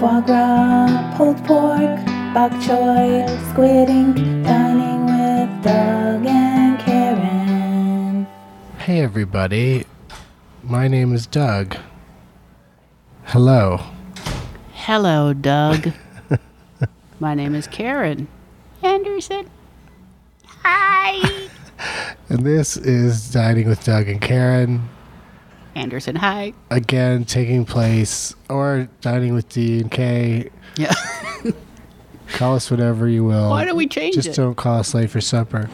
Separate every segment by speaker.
Speaker 1: foie gras, pulled pork, bok choy, squid ink, dining with Doug and Karen.
Speaker 2: Hey, everybody. My name is Doug. Hello.
Speaker 3: Hello, Doug. My name is Karen Anderson. Hi.
Speaker 2: And this is Dining with Doug and Karen.
Speaker 3: Anderson, hi.
Speaker 2: Again, taking place, or Dining with D and K.
Speaker 3: Yeah.
Speaker 2: Call us whatever you will.
Speaker 3: Why don't we change
Speaker 2: Just
Speaker 3: it?
Speaker 2: don't call us late for supper.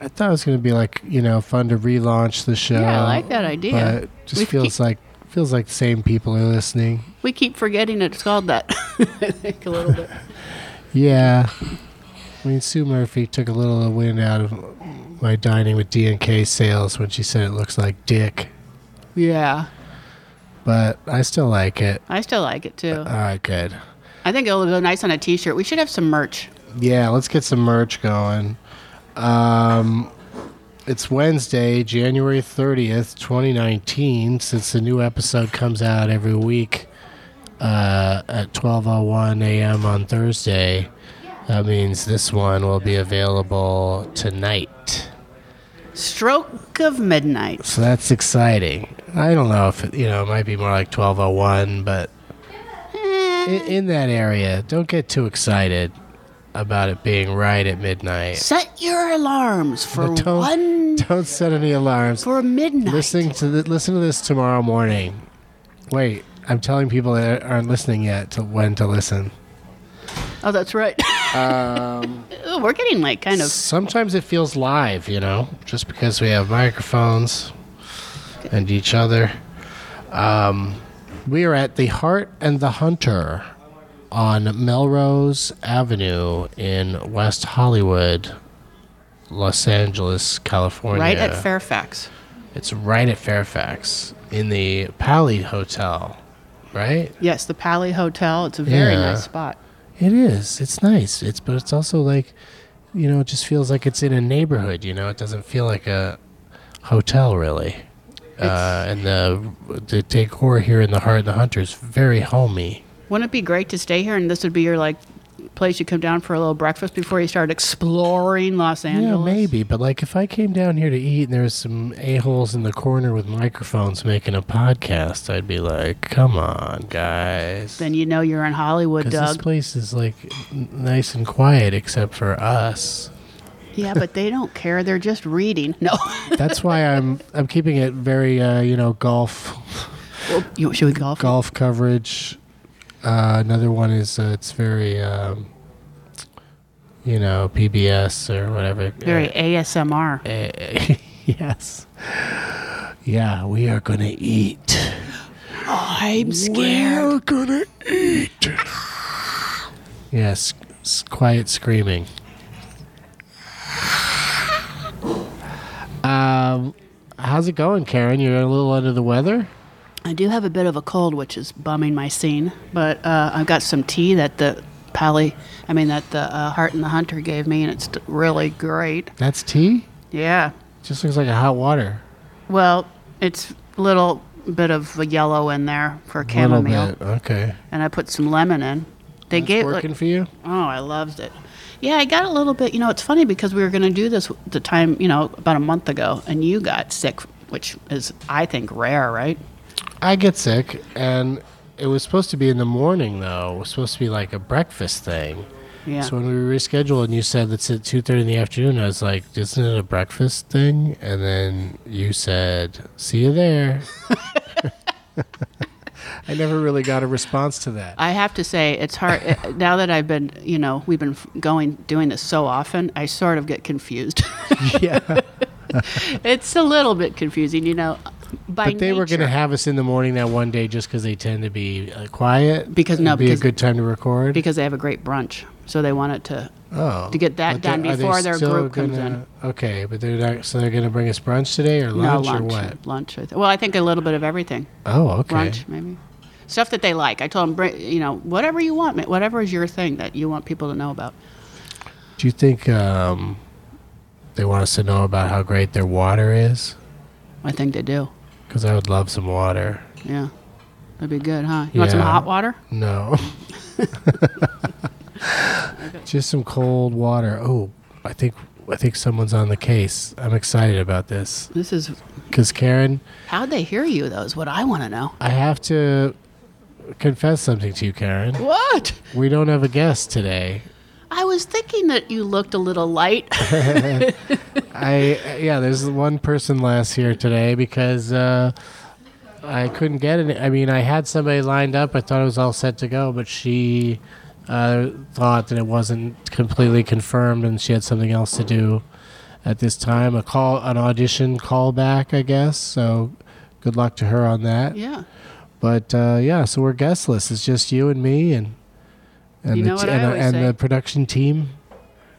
Speaker 2: I thought it was going to be like, you know, fun to relaunch the show.
Speaker 3: Yeah, I like that idea.
Speaker 2: But it just
Speaker 3: We
Speaker 2: feels
Speaker 3: keep-
Speaker 2: like feels like the same people are listening.
Speaker 3: We keep forgetting it's called that. I think a little bit.
Speaker 2: Yeah. I mean, Sue Murphy took a little of the wind out of my dining with D and K sales when she said it looks like dick,
Speaker 3: Yeah.
Speaker 2: but I still like it.
Speaker 3: I still like it too.
Speaker 2: All right, good.
Speaker 3: I think it'll go nice on a t shirt. We should have some merch.
Speaker 2: Yeah, let's get some merch going. Um, it's Wednesday, January 30th, 2019, since the new episode comes out every week uh, at 12.01 a.m. on Thursday. That means this one will be available tonight.
Speaker 3: Stroke of Midnight.
Speaker 2: So that's exciting. I don't know if, you know, it might be more like 12.01, but
Speaker 3: Eh.
Speaker 2: i- in, that area, don't get too excited about it being right at midnight.
Speaker 3: Set your alarms for
Speaker 2: But don't,
Speaker 3: one
Speaker 2: don't set any alarms.
Speaker 3: for midnight.
Speaker 2: Listening to th- listen to this tomorrow morning. Wait, I'm telling people that aren't listening yet to when to listen.
Speaker 3: Oh, that's right.
Speaker 2: Um,
Speaker 3: Ooh, We're getting like kind of
Speaker 2: Sometimes it feels live, you know, just because we have microphones and each other. Um, we are at the Heart and the Hunter on Melrose Avenue in West Hollywood, Los Angeles, California.
Speaker 3: right at Fairfax.
Speaker 2: It's right at Fairfax in the Pally Hotel, right?
Speaker 3: Yes, the Pally Hotel. It's a very
Speaker 2: Yeah.
Speaker 3: nice spot.
Speaker 2: It is. It's nice. It's but it's also like, you know, it just feels like it's in a neighborhood. You know, it doesn't feel like a hotel really. Uh, and the the decor here in the Heart of the Hunter is very homey.
Speaker 3: Wouldn't it be great to stay here and this would be your like place you come down for a little breakfast before you start exploring Los
Speaker 2: Yeah,
Speaker 3: Angeles?
Speaker 2: maybe. But like, if I came down here to eat and there was some a holes in the corner with microphones making a podcast, I'd be like, "Come on, guys."
Speaker 3: Then you know you're in Hollywood,
Speaker 2: Because this
Speaker 3: Doug.
Speaker 2: place is like n- nice and quiet except for us.
Speaker 3: yeah, but they don't care. They're just reading. No.
Speaker 2: That's why I'm I'm keeping it very uh, you know golf
Speaker 3: Well, you, should we golf?
Speaker 2: golf coverage. Uh, another one is uh, it's very um, you know PBS or whatever.
Speaker 3: Very ASMR.
Speaker 2: Uh, uh, yes. Yeah, we are gonna eat.
Speaker 3: Oh, I'm scared.
Speaker 2: We're gonna eat. yes, s- quiet screaming. Um, how's it going, Karen? You're a little under the weather.
Speaker 3: I do have a bit of a cold, which is bumming my scene, but uh, I've got some tea that the Pally, I mean, that the uh, Heart and the Hunter gave me, and it's really great.
Speaker 2: That's tea.
Speaker 3: Yeah.
Speaker 2: Just looks like a hot water.
Speaker 3: Well, it's a little bit of a yellow in there for
Speaker 2: Little
Speaker 3: chamomile,
Speaker 2: bit. Okay.
Speaker 3: and I put some lemon in. They gave like-
Speaker 2: Working for you?
Speaker 3: oh, I loved it. Yeah, I got a little bit. You know, it's funny because we were going to do this the time you know about a month ago, and you got sick, which is I think rare, right?
Speaker 2: I get sick, and it was supposed to be in the morning though. It was supposed to be like a breakfast thing.
Speaker 3: Yeah.
Speaker 2: So when we rescheduled and you said that's at two thirty in the afternoon, I was like, "Isn't it a breakfast thing?" And then you said, "See you there." I never really got a response to that.
Speaker 3: I have to say, it's hard uh, now that I've been, you know, we've been f- going doing this so often. I sort of get confused.
Speaker 2: yeah,
Speaker 3: it's a little bit confusing, you know. By
Speaker 2: but they were going to
Speaker 3: nature.
Speaker 2: have us in the morning that one day just because they tend to be uh, quiet.
Speaker 3: Because- no,
Speaker 2: It'd be
Speaker 3: because-
Speaker 2: a good time to record.
Speaker 3: because they have a great brunch, so they want it to
Speaker 2: oh,
Speaker 3: to get that
Speaker 2: But
Speaker 3: done
Speaker 2: they- are they
Speaker 3: before their
Speaker 2: still
Speaker 3: group comes
Speaker 2: gonna- Okay, but they're not. So they're going to bring us brunch today or
Speaker 3: no
Speaker 2: lunch,
Speaker 3: lunch,
Speaker 2: or what?
Speaker 3: lunch. I th- Well, I think a little bit of everything,
Speaker 2: Oh, okay.
Speaker 3: brunch maybe, stuff that they like. I told them, bring, you know, whatever you want, ma- whatever is your thing that you want people to know about.
Speaker 2: Do you think um, they want us to know about how great their water is?
Speaker 3: I think they do.
Speaker 2: Because I would love some water.
Speaker 3: Yeah. That'd be good, huh? You want some
Speaker 2: Yeah.
Speaker 3: hot water?
Speaker 2: No. Just some cold water. Oh, I think I think someone's on the case. I'm excited about this
Speaker 3: This is
Speaker 2: because Karen,
Speaker 3: how'd they hear you though is what I want to know.
Speaker 2: I have to confess something to you, Karen.
Speaker 3: What?
Speaker 2: We don't have a guest today.
Speaker 3: I was thinking that you looked a little light.
Speaker 2: I yeah, there's one person less here today because uh, I couldn't get any. I mean, I had somebody lined up. I thought it was all set to go, but she uh, thought that it wasn't completely confirmed, and she had something else to do at this time. A call, an audition callback, I guess. So, good luck to her on that.
Speaker 3: yeah.
Speaker 2: But uh, yeah, so we're guestless. It's just you and me and and
Speaker 3: You
Speaker 2: the
Speaker 3: know
Speaker 2: t-
Speaker 3: what I
Speaker 2: and, the-
Speaker 3: always
Speaker 2: and
Speaker 3: say.
Speaker 2: the production team,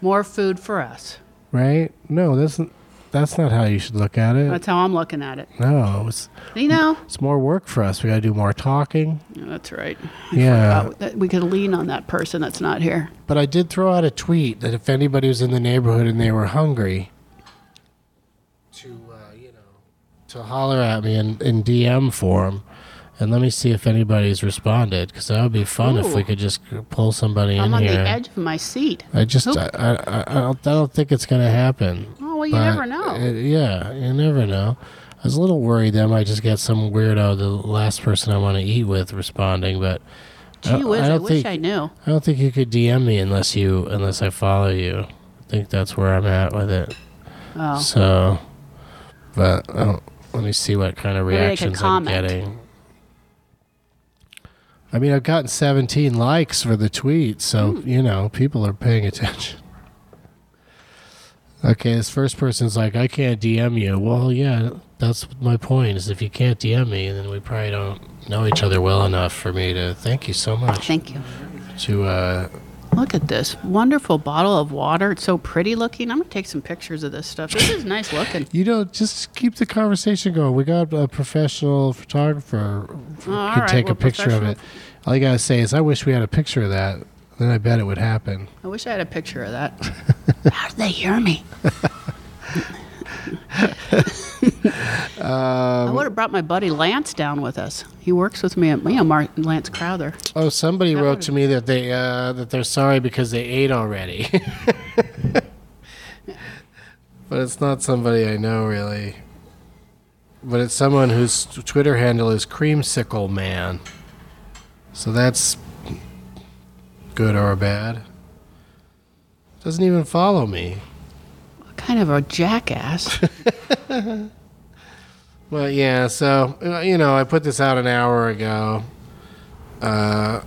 Speaker 3: More food for us.
Speaker 2: right? No, that's that's not how you should look at it.
Speaker 3: That's how I'm looking at it.
Speaker 2: No, it's
Speaker 3: You know?
Speaker 2: it's more work for us. We got to do more talking.
Speaker 3: Yeah, That's right.
Speaker 2: Yeah,
Speaker 3: Uh, that- we could lean on that person that's not here.
Speaker 2: but I did throw out a tweet that if anybody was in the neighborhood and they were hungry, to uh, you know, to holler at me in, in DM form, and let me see if anybody's responded because that would be fun if we
Speaker 3: Ooh.
Speaker 2: could just pull somebody
Speaker 3: I'm
Speaker 2: in
Speaker 3: on
Speaker 2: here.
Speaker 3: the edge of my seat.
Speaker 2: I just
Speaker 3: Who-
Speaker 2: I, I, I, I don't, I don't think it's gonna happen.
Speaker 3: Oh, well, you
Speaker 2: But
Speaker 3: never know.
Speaker 2: it- yeah, you never know. I was a little worried that I might just get some weirdo, the last person I want to eat with, responding. But I-
Speaker 3: Gee whiz,
Speaker 2: I
Speaker 3: I,
Speaker 2: don't
Speaker 3: wish
Speaker 2: think-
Speaker 3: I knew.
Speaker 2: I don't think you could DM me unless you unless I follow you. I think that's where I'm at with it.
Speaker 3: Oh.
Speaker 2: So, but I don't, let me see what kind of
Speaker 3: Maybe they could
Speaker 2: reactions I'm
Speaker 3: comment.
Speaker 2: getting. I mean, I've gotten 17 likes for the tweet, so
Speaker 3: Hmm.
Speaker 2: you know people are paying attention. Okay, this first person's like, "I can't DM you." Well, yeah, that's my point. Is if you can't DM me, then we probably don't know each other well enough for me to thank you so much
Speaker 3: Thank you.
Speaker 2: to uh,
Speaker 3: Look at this wonderful bottle of water. It's so pretty looking. I'm going to take some pictures of this stuff. This is nice looking.
Speaker 2: You know, just keep the conversation going. We got a professional photographer who
Speaker 3: all
Speaker 2: can
Speaker 3: right,
Speaker 2: take a
Speaker 3: well,
Speaker 2: picture of
Speaker 3: professional-
Speaker 2: it. All you gotta say is, "I wish we had a picture of that." Then I bet it would happen.
Speaker 3: I wish I had a picture of that. How did they hear me?
Speaker 2: Um,
Speaker 3: I would have brought my buddy Lance down with us. He works with me at you know, Mar- Lance Crowther.
Speaker 2: Oh, somebody wrote
Speaker 3: would've-
Speaker 2: to me that they uh, that they're sorry because they ate already. but it's not somebody I know really. But it's someone whose Twitter handle is Creamsicle Man. So that's good or bad. Doesn't even follow me.
Speaker 3: What kind of a jackass?
Speaker 2: Well, yeah. So uh, you know, I put this out an hour ago. Uh,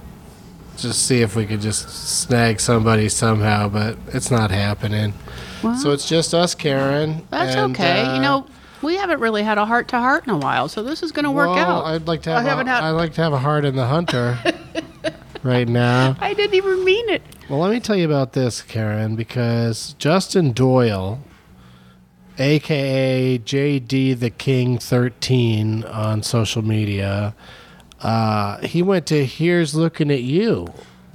Speaker 2: just see if we could just snag somebody somehow, but it's not happening.
Speaker 3: Well,
Speaker 2: So it's just us, Karen.
Speaker 3: that's
Speaker 2: and,
Speaker 3: okay.
Speaker 2: uh,
Speaker 3: you know, we haven't really had a heart to heart in a while, so this is going to work
Speaker 2: well,
Speaker 3: out.
Speaker 2: I'd like to
Speaker 3: I
Speaker 2: have.
Speaker 3: haven't
Speaker 2: a,
Speaker 3: had-
Speaker 2: I'd like to have a heart in the hunter. right now.
Speaker 3: I didn't even mean it.
Speaker 2: Well, let me tell you about this, Karen, because Justin Doyle, aka JD the King 13 on social media, uh, he went to Here's Looking at You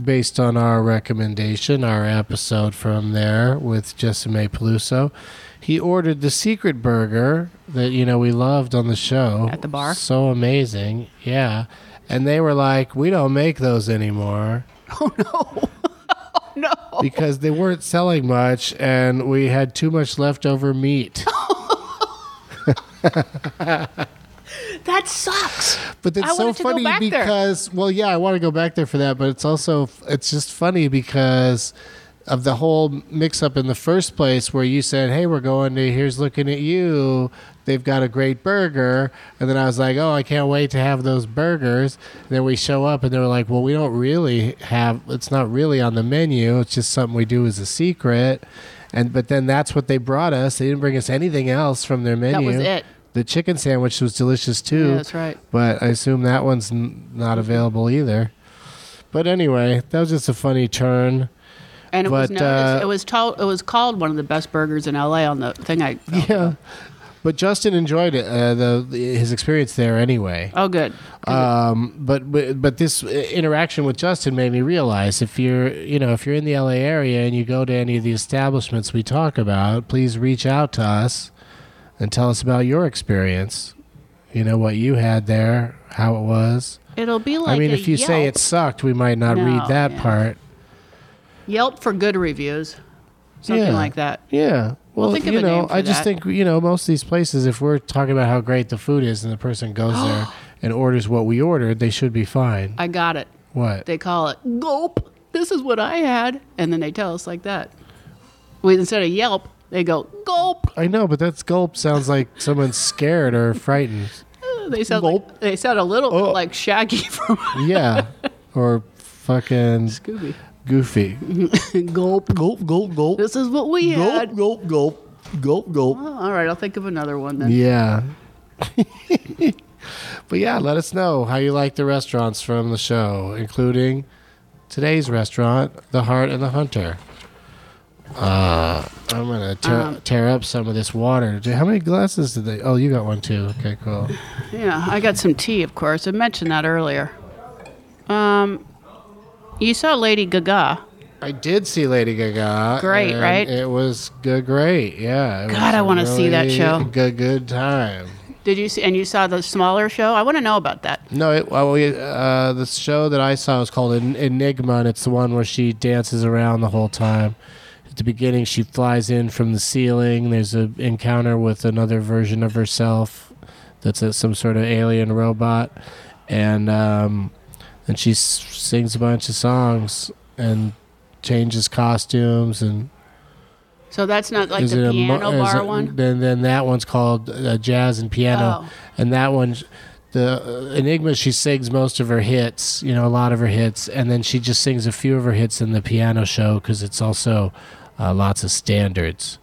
Speaker 2: based on our recommendation, our episode from there with Jessime Peluso. He ordered the secret burger that you know we loved on the show
Speaker 3: At the bar?
Speaker 2: So amazing, yeah. And they were like, "We don't make those anymore." because they weren't selling much and we had too much leftover meat.
Speaker 3: That sucks.
Speaker 2: But it's
Speaker 3: I
Speaker 2: so
Speaker 3: wanted to go
Speaker 2: funny
Speaker 3: back there.
Speaker 2: because well yeah, I want to go back there for that, but it's also it's just funny because of the whole mix up in the first place where you said, "Hey, we're going to here's looking at you. They've got a great burger." And then I was like, "Oh, I can't wait to have those burgers." And then we show up and they were like, "Well, we don't really have it's not really on the menu. It's just something we do as a secret." And but then that's what they brought us. They didn't bring us anything else from their menu.
Speaker 3: was it.
Speaker 2: The chicken sandwich was delicious too.
Speaker 3: Yeah, that's right.
Speaker 2: But I assume that one's n- not available either. But anyway, that was just a funny turn.
Speaker 3: And it was
Speaker 2: But,
Speaker 3: noticed.
Speaker 2: uh,
Speaker 3: it was told. It was called one of the best burgers in LA on the thing. I felt.
Speaker 2: Yeah. But Justin enjoyed it, uh, the, the his experience there anyway.
Speaker 3: oh good.
Speaker 2: Um, but, but but this uh, interaction with Justin made me realize if you're you know if you're in the LA area and you go to any of the establishments we talk about, please reach out to us and tell us about your experience. You know what you had there, how it was.
Speaker 3: It'll be like
Speaker 2: I mean,
Speaker 3: a
Speaker 2: if you say
Speaker 3: Yelp.
Speaker 2: it sucked, we might not
Speaker 3: No,
Speaker 2: read that
Speaker 3: yeah.
Speaker 2: part.
Speaker 3: Yelp for good reviews, something
Speaker 2: Yeah.
Speaker 3: like that.
Speaker 2: Yeah. Well,
Speaker 3: think of
Speaker 2: you
Speaker 3: a
Speaker 2: know,
Speaker 3: name for
Speaker 2: I just
Speaker 3: that.
Speaker 2: think you know most of these places. If we're talking about how great the food is, and the person goes there and orders what we ordered, they should be fine.
Speaker 3: I got it.
Speaker 2: What?
Speaker 3: They call it gulp. This is what I had, and then they tell us like that. We instead of Yelp, they go gulp.
Speaker 2: I know, but that's gulp sounds like someone's scared or frightened.
Speaker 3: They sound like-
Speaker 2: Gulp.
Speaker 3: they sound a little
Speaker 2: Oh.
Speaker 3: bit like Shaggy from
Speaker 2: Yeah. or fucking
Speaker 3: Scooby.
Speaker 2: goofy.
Speaker 3: gulp.
Speaker 2: Gulp, gulp, gulp.
Speaker 3: This is what we had.
Speaker 2: gulp, gulp. Gulp, gulp.
Speaker 3: Oh, all right, I'll think of another one then.
Speaker 2: Yeah. but yeah, let us know how you like the restaurants from the show, including today's restaurant, The Heart and the Hunter. Uh, I'm gonna tear,
Speaker 3: Um,
Speaker 2: tear up some of this water. Do- How many glasses did they? Oh, you got one too. Okay, cool.
Speaker 3: Yeah, I got some tea, of course. I mentioned that earlier. Um, you saw Lady Gaga.
Speaker 2: I did see Lady Gaga.
Speaker 3: Great,
Speaker 2: and
Speaker 3: right?
Speaker 2: It was good, great. Yeah. it was
Speaker 3: I
Speaker 2: a
Speaker 3: wanna see that
Speaker 2: really
Speaker 3: show.
Speaker 2: Good, good time.
Speaker 3: Did you see? And you saw the smaller show. I want to know about that.
Speaker 2: No, it, well, we, uh, the show that I saw was called En- Enigma, and it's the one where she dances around the whole time. At the beginning, she flies in from the ceiling. There's an encounter with another version of herself that's a, some sort of alien robot, and um, and she s- sings a bunch of songs and changes costumes and
Speaker 3: So that's not like
Speaker 2: is
Speaker 3: the
Speaker 2: it a mo-
Speaker 3: piano
Speaker 2: is
Speaker 3: bar
Speaker 2: it-
Speaker 3: one.
Speaker 2: Then then that one's called uh, jazz and piano,
Speaker 3: Oh.
Speaker 2: and that one, the uh, Enigma, she sings most of her hits, you know, a lot of her hits, and then she just sings a few of her hits in the piano show because it's also uh, lots of standards,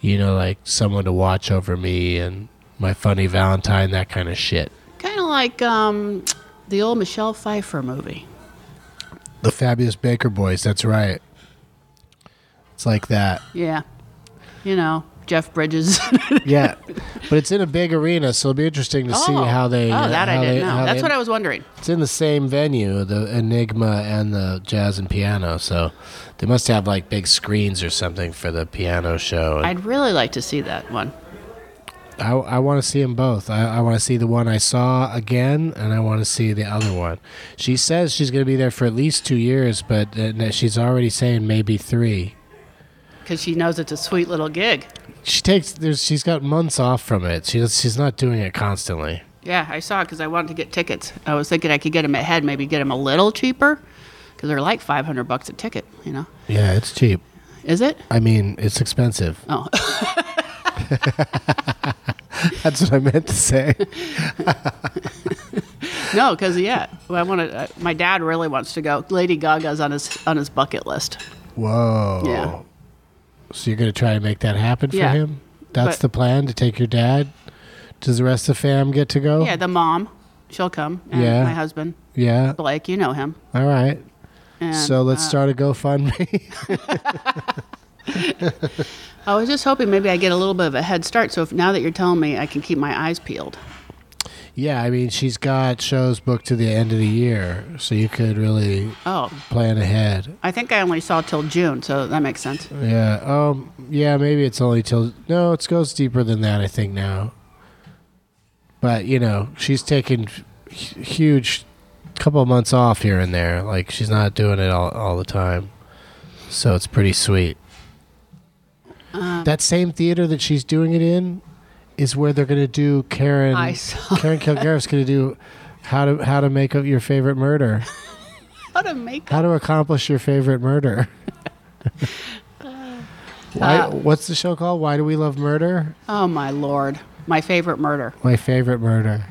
Speaker 2: you know, like someone to watch over me and my funny Valentine, that kind of shit.
Speaker 3: Kind of like um, the old Michelle Pfeiffer movie.
Speaker 2: The Fabulous Baker Boys, that's right. It's like that.
Speaker 3: Yeah, you know Jeff Bridges.
Speaker 2: Yeah, but it's in a big arena, so it'll be interesting to see how they.
Speaker 3: Oh, that I
Speaker 2: how
Speaker 3: didn't
Speaker 2: they-
Speaker 3: know.
Speaker 2: how
Speaker 3: That's
Speaker 2: they-
Speaker 3: what I was wondering.
Speaker 2: It's in the same venue, the Enigma and the jazz and piano. So they must have like big screens or something for the piano show. And
Speaker 3: I'd really like to see that one.
Speaker 2: I, I want to see them both. I, I want to see the one I saw again, and I want to see the other one. She says she's going to be there for at least two years, but uh, no, she's already saying maybe three.
Speaker 3: Because she knows it's a sweet little gig.
Speaker 2: She takes. There's, she's got months off from it. She's she's not doing it constantly.
Speaker 3: Yeah, I saw it because I wanted to get tickets. I was thinking I could get them ahead, maybe get them a little cheaper, because they're like 500 bucks a ticket. You know,
Speaker 2: Yeah, it's cheap.
Speaker 3: is it?
Speaker 2: I mean, it's expensive.
Speaker 3: Oh,
Speaker 2: That's what I meant to say.
Speaker 3: no, because yeah, well, I want to. Uh, my dad really wants to go. Lady Gaga's on his on his bucket list.
Speaker 2: Whoa.
Speaker 3: Yeah.
Speaker 2: So you're going to try to make that happen for
Speaker 3: Yeah.
Speaker 2: him? That's
Speaker 3: But-
Speaker 2: the plan to take your dad? Does the rest of the fam get to go?
Speaker 3: Yeah, the mom, she'll come. And
Speaker 2: Oh. Yeah.
Speaker 3: my husband
Speaker 2: Yeah.
Speaker 3: Blake, you know him.
Speaker 2: All right.
Speaker 3: And,
Speaker 2: so let's
Speaker 3: uh,
Speaker 2: start a GoFundMe.
Speaker 3: I was just hoping maybe I get a little bit of a head start. So if now that you're telling me, I can keep my eyes peeled.
Speaker 2: yeah, I mean, she's got shows booked to the end of the year, so you could really
Speaker 3: Oh,
Speaker 2: plan ahead.
Speaker 3: I think I only saw till June, so that makes sense.
Speaker 2: Yeah. Um yeah, maybe it's only till No, it goes deeper than that I think now. But, you know, she's taking hu- huge couple of months off here and there. Like she's not doing it all all the time. So it's pretty sweet.
Speaker 3: Um,
Speaker 2: that same theater that she's doing it in is where they're going to do Karen
Speaker 3: I saw
Speaker 2: Karen Kilgariff's going to do how to how to make up your favorite murder.
Speaker 3: How to make
Speaker 2: How to accomplish your favorite murder. Why,
Speaker 3: Uh,
Speaker 2: what's the show called? Why do we love murder?
Speaker 3: Oh my lord, my favorite murder.
Speaker 2: My favorite murder.